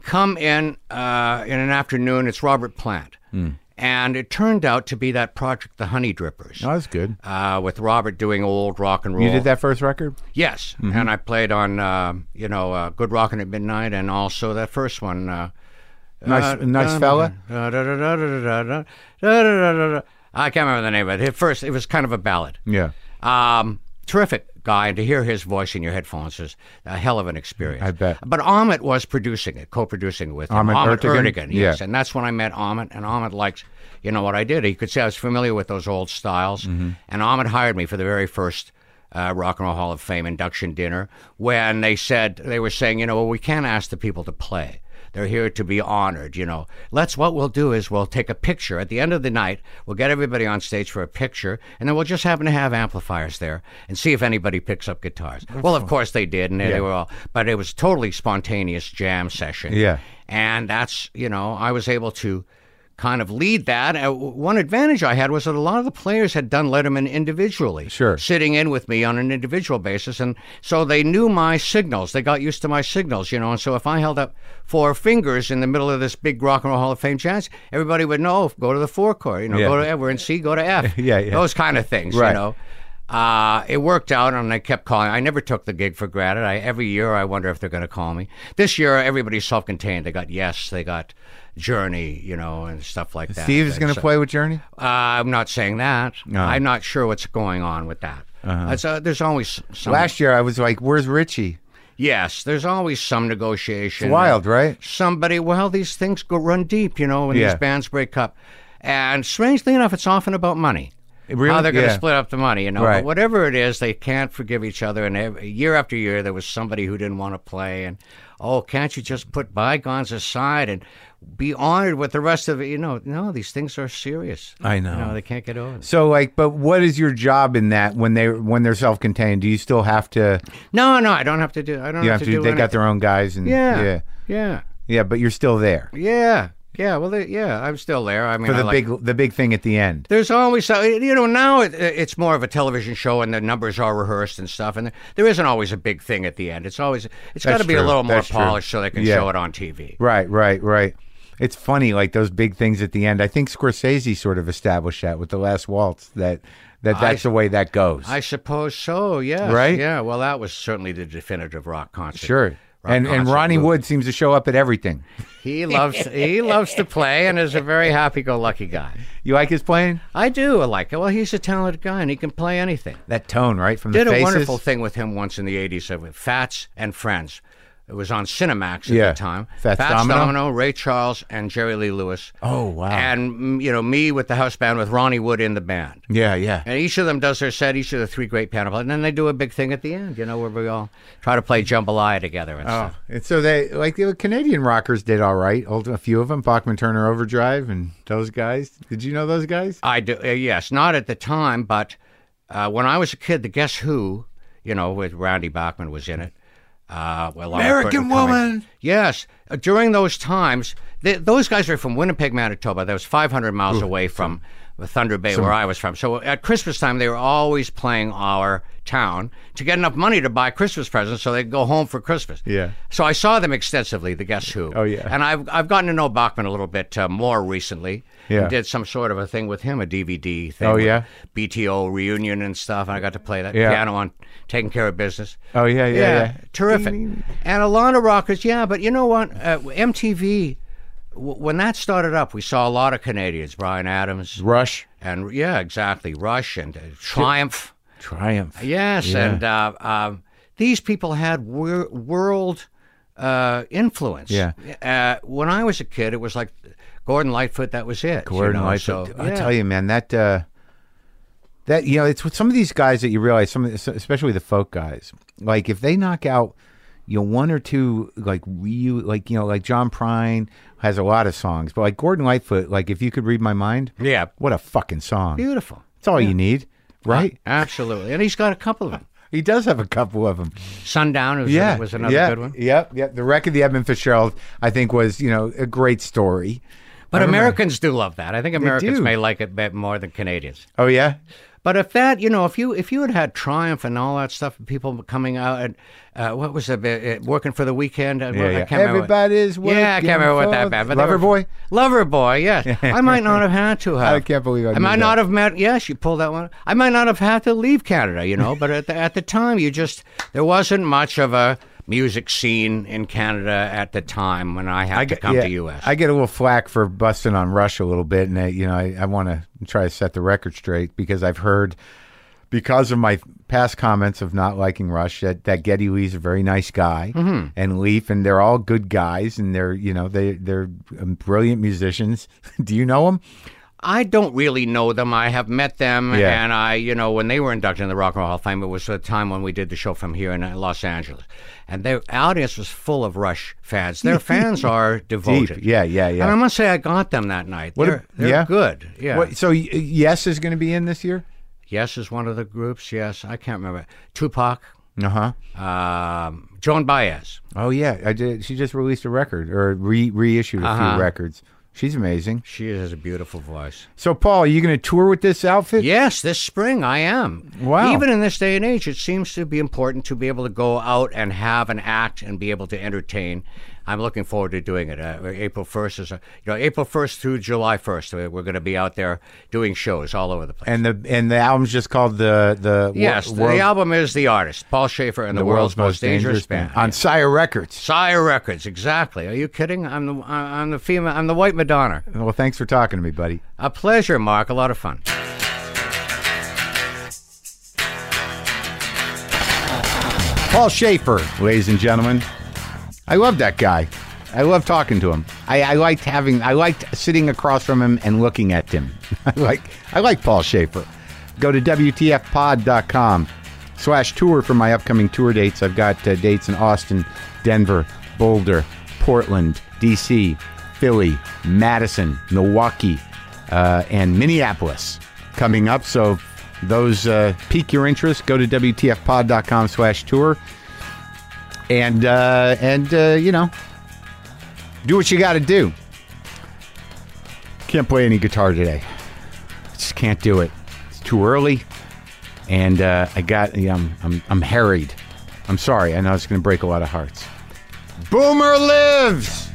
B: come in uh, in an afternoon. It's Robert Plant.
A: Hmm.
B: And it turned out to be that project, The Honey Drippers,
A: No, Oh, that's good.
B: uh, with Robert doing old rock and roll.
A: You did that first record.
B: Yes,
A: Mm-hmm.
B: and I played on uh, you know uh, Good Rockin' at Midnight, and also that first one. Uh,
A: Nice- nice fella?
B: da- da- da- da- da- da- da- da- da- da- da- I can't remember the name of it. At first, it was kind of a ballad.
A: Yeah,
B: Um, terrific guy, and to hear his voice in your headphones is a hell of an experience.
A: I bet.
B: But Amit was producing it, co-producing it with him.
A: Ahmet
B: Ahmet
A: Ertegun?
B: yes,
A: Yeah.
B: and that's when I met Amit, and Amit liked, you know, what I did. He could say I was familiar with those old styles, and Amit hired me for the very first. Uh, Rock and Roll Hall of Fame induction dinner when they said they were saying, you know, well, we can't ask the people to play. They're here to be honored, you know. Let's what we'll do is we'll take a picture at the end of the night. We'll get everybody on stage for a picture, and then we'll just happen to have amplifiers there and see if anybody picks up guitars. Well, of course they did, and they, they were all. But it was a totally spontaneous jam session.
A: Yeah.
B: And that's, you know, I was able to kind of lead that. Uh, w- one advantage I had was that a lot of the players had done Letterman individually.
A: Sure.
B: Sitting in with me on an individual basis. And so they knew my signals. They got used to my signals, you know. And so if I held up four fingers in the middle of this big Rock and Roll Hall of Fame jazz, everybody would know go to the four chord, you know,
A: Yeah.
B: go to, we're in C, go to F.
A: Yeah, yeah.
B: Those kind of things,
A: Right.
B: you know. Uh, it worked out, and I kept calling. I never took the gig for granted. I, every year, I wonder if they're going to call me. This year, everybody's self-contained. They got Yes, they got Journey, you know, and stuff like that.
A: Steve is going to
B: So-
A: play with Journey.
B: Uh, I'm not saying that. I'm not
A: Uh-huh.
B: sure what's going on with that. It's, uh, there's always some.
A: Last year I was like, "Where's Richie?"
B: Yes, there's always some negotiation.
A: Wild, right?
B: Somebody, well, these things go run deep, you know, when
A: Yeah.
B: these bands break up. And strangely enough, it's often about money.
A: Really?
B: How they're going to
A: Yeah.
B: split up the money, you know.
A: Right.
B: But whatever it is, they can't forgive each other. And ev year after year, there was somebody who didn't want to play. And, oh, can't you just put bygones aside and be honored with the rest of it? You know, no, these things are serious.
A: I
B: You
A: know.
B: know, they can't get over it.
A: So like, but what is your job in that when they when they're self contained? Do you still have to?
B: No, no, I don't have to do. I don't
A: You
B: have to,
A: have to.
B: do.
A: they got
B: anything.
A: their own guys and yeah,
B: Yeah, yeah,
A: yeah. But you're still there
B: yeah, yeah. Well, they, yeah, I'm still there. I mean,
A: for
B: I
A: the
B: like-
A: big the big thing at the end.
B: There's always, uh, you know, now it, it's more of a television show, and the numbers are rehearsed and stuff, and there isn't always a big thing at the end. It's always, it's got to be a
A: true.
B: little more
A: That's true.
B: polished so they can
A: Yeah.
B: show it on TV.
A: Right, right, right. It's funny, like those big things at the end. I think Scorsese sort of established that with the Last Waltz that that that's the way that goes.
B: I suppose so. Yes.
A: Right?
B: Yeah. Well, that was certainly the definitive rock concert.
A: sure.
B: Rock
A: And and
B: concert
A: Ronnie
B: movie.
A: Wood seems to show up at everything.
B: He loves he loves to play and is a very happy-go-lucky guy.
A: You like his playing?
B: I do like it. Well, he's a talented guy and he can play anything.
A: That tone, right? From
B: did
A: the
B: a
A: faces.
B: wonderful thing with him once in the 80s uh, with Fats and Friends. It was on Cinemax at
A: Yeah.
B: the time.
A: Fats Domino?
B: Ray Charles, and Jerry Lee Lewis.
A: Oh, wow.
B: And mm, you know me with the house band with Ronnie Wood in the band.
A: Yeah, yeah.
B: And each of them does their set. Each of the three great piano players, and then they do a big thing at the end. You know where we all try to play jambalaya together and
A: Oh,
B: stuff.
A: and so they like the Canadian rockers did all right. Old- A few of them, Bachman Turner Overdrive, and those guys. Did you know those guys?
B: I do. Uh, yes, not at the time, but uh, when I was a kid, the Guess Who, you know, with Randy Bachman was in it. Uh, well, along with
A: American
B: Burton Cummings.
A: Woman!
B: Yes, Uh, during those times, th those guys were from Winnipeg, Manitoba. That was 500 miles away from Thunder Bay, where I was from. So at Christmas time, they were always playing our town to get enough money to buy Christmas presents, so they'd go home for Christmas.
A: Yeah.
B: So I saw them extensively. The Guess Who.
A: Oh, yeah.
B: And I've I've gotten to know Bachman a little bit uh, more recently.
A: Yeah.
B: And Did some sort of a thing with him, a DVD thing.
A: Oh,
B: with
A: yeah?
B: BTO reunion and stuff. And I got to play that
A: Yeah.
B: piano on Taking Care of Business.
A: Oh yeah, yeah, yeah.
B: Terrific. And a lot of rockers, yeah, but you know what? Uh, MTV, w- when that started up, we saw a lot of Canadians, Brian Adams.
A: Rush,
B: And yeah, exactly. Rush and uh, Triumph.
A: Triumph.
B: Yes, and uh, um, these people had wor- world uh, influence.
A: Yeah.
B: Uh, when I was a kid, it was like Gordon Lightfoot. That was it.
A: Gordon
B: you know,
A: Lightfoot.
B: so,
A: I
B: yeah.
A: tell you, man, that uh, that you know, it's with some of these guys that you realize, some of the, especially the folk guys, like if they knock out you know one or two like real like you know like John Prine has a lot of songs, but like Gordon Lightfoot, like if you could read my mind,
B: Yeah.
A: what a fucking song.
B: Beautiful.
A: That's all you need, right?
B: Absolutely. And he's got a couple of them.
A: He does have a couple of them.
B: Sundown was,
A: Yeah,
B: was another
A: yeah,
B: good one.
A: Yep, yep. The wreck of the Edmund Fitzgerald, I think, was you know a great story.
B: But Americans do love that. I think Americans
A: do.
B: may like it bit more than Canadians.
A: Oh yeah,
B: But if that, you know, if you if you had had Triumph and all that stuff, people coming out and uh, what was it, uh, working for the weekend? uh, I can't remember what-
A: Everybody's working.
B: Yeah, I can't remember what that
A: for
B: band.
A: Lover Boy.
B: Lover Boy. Yes, I might not have had to have.
A: I can't believe I
B: I
A: knew
B: might
A: that.
B: not have met. Yes, you pulled that one. I might not have had to leave Canada, you know. But at the, at the time, you just there wasn't much of a music scene in Canada at the time when I had to
A: get-
B: come
A: yeah,
B: to U.S.
A: I get a little flack for busting on Rush a little bit, and I, you know, I, I want to try to set the record straight because I've heard, because of my past comments of not liking Rush, that, that Geddy Lee's a very nice guy, and Leaf, and they're all good guys, and they're you know they they're um, brilliant musicians. Do you know them?
B: I don't really know them. I have met them,
A: Yeah.
B: and I, you know, when they were inducted in the Rock and Roll Hall of Fame, it was the time when we did the show from here in uh, Los Angeles, and their audience was full of Rush fans. Their fans are
A: Deep.
B: devoted.
A: Yeah, yeah,
B: And I
A: yeah.
B: must say, I got them that night.
A: What a-
B: they're they're
A: yeah.
B: good. Yeah.
A: What, so y- Yes is going to be in this year.
B: Yes is one of the groups. Yes, I can't remember. Tupac,
A: Uh huh.
B: um, Joan Baez.
A: Oh yeah, I did. She just released a record or re reissued a few records. She's amazing.
B: She has a beautiful voice.
A: So, Paul, are you going to tour with this outfit?
B: Yes, this spring I am.
A: Wow.
B: Even in this day and age, it seems to be important to be able to go out and have an act and be able to entertain. I'm looking forward to doing it. Uh, April 1st is, uh you know, April 1st through July 1st. uh, We're going to be out there doing shows all over the place.
A: And the and the album's just called the the Wo-
B: yes, the,
A: World-
B: album is The Artist, Paul Schaefer and the, World's, Most Dangerous, Band.
A: on Sire Records.
B: Sire Records, exactly. Are you kidding? I'm the uh, I'm the female. I'm the white Madonna.
A: Well, thanks for talking to me, buddy.
B: A pleasure, Mark. A lot of fun.
A: Paul Schaefer, ladies and gentlemen. I love that guy. I love talking to him. I, I liked having. I liked sitting across from him and looking at him. I like. I like Paul Schaefer. Go to wtfpod.com slash tour for my upcoming tour dates. I've got uh, dates in Austin, Denver, Boulder, Portland, D.C., Philly, Madison, Milwaukee, uh, and Minneapolis coming up. So those uh, pique your interest. Go to wtfpod.com slash tour and uh, and uh, you know, do what you got to do. Can't play any guitar today. Just can't do it. It's too early, and uh, I got yeah, I'm, I'm I'm harried. I'm sorry. I know it's going to break a lot of hearts. Boomer lives.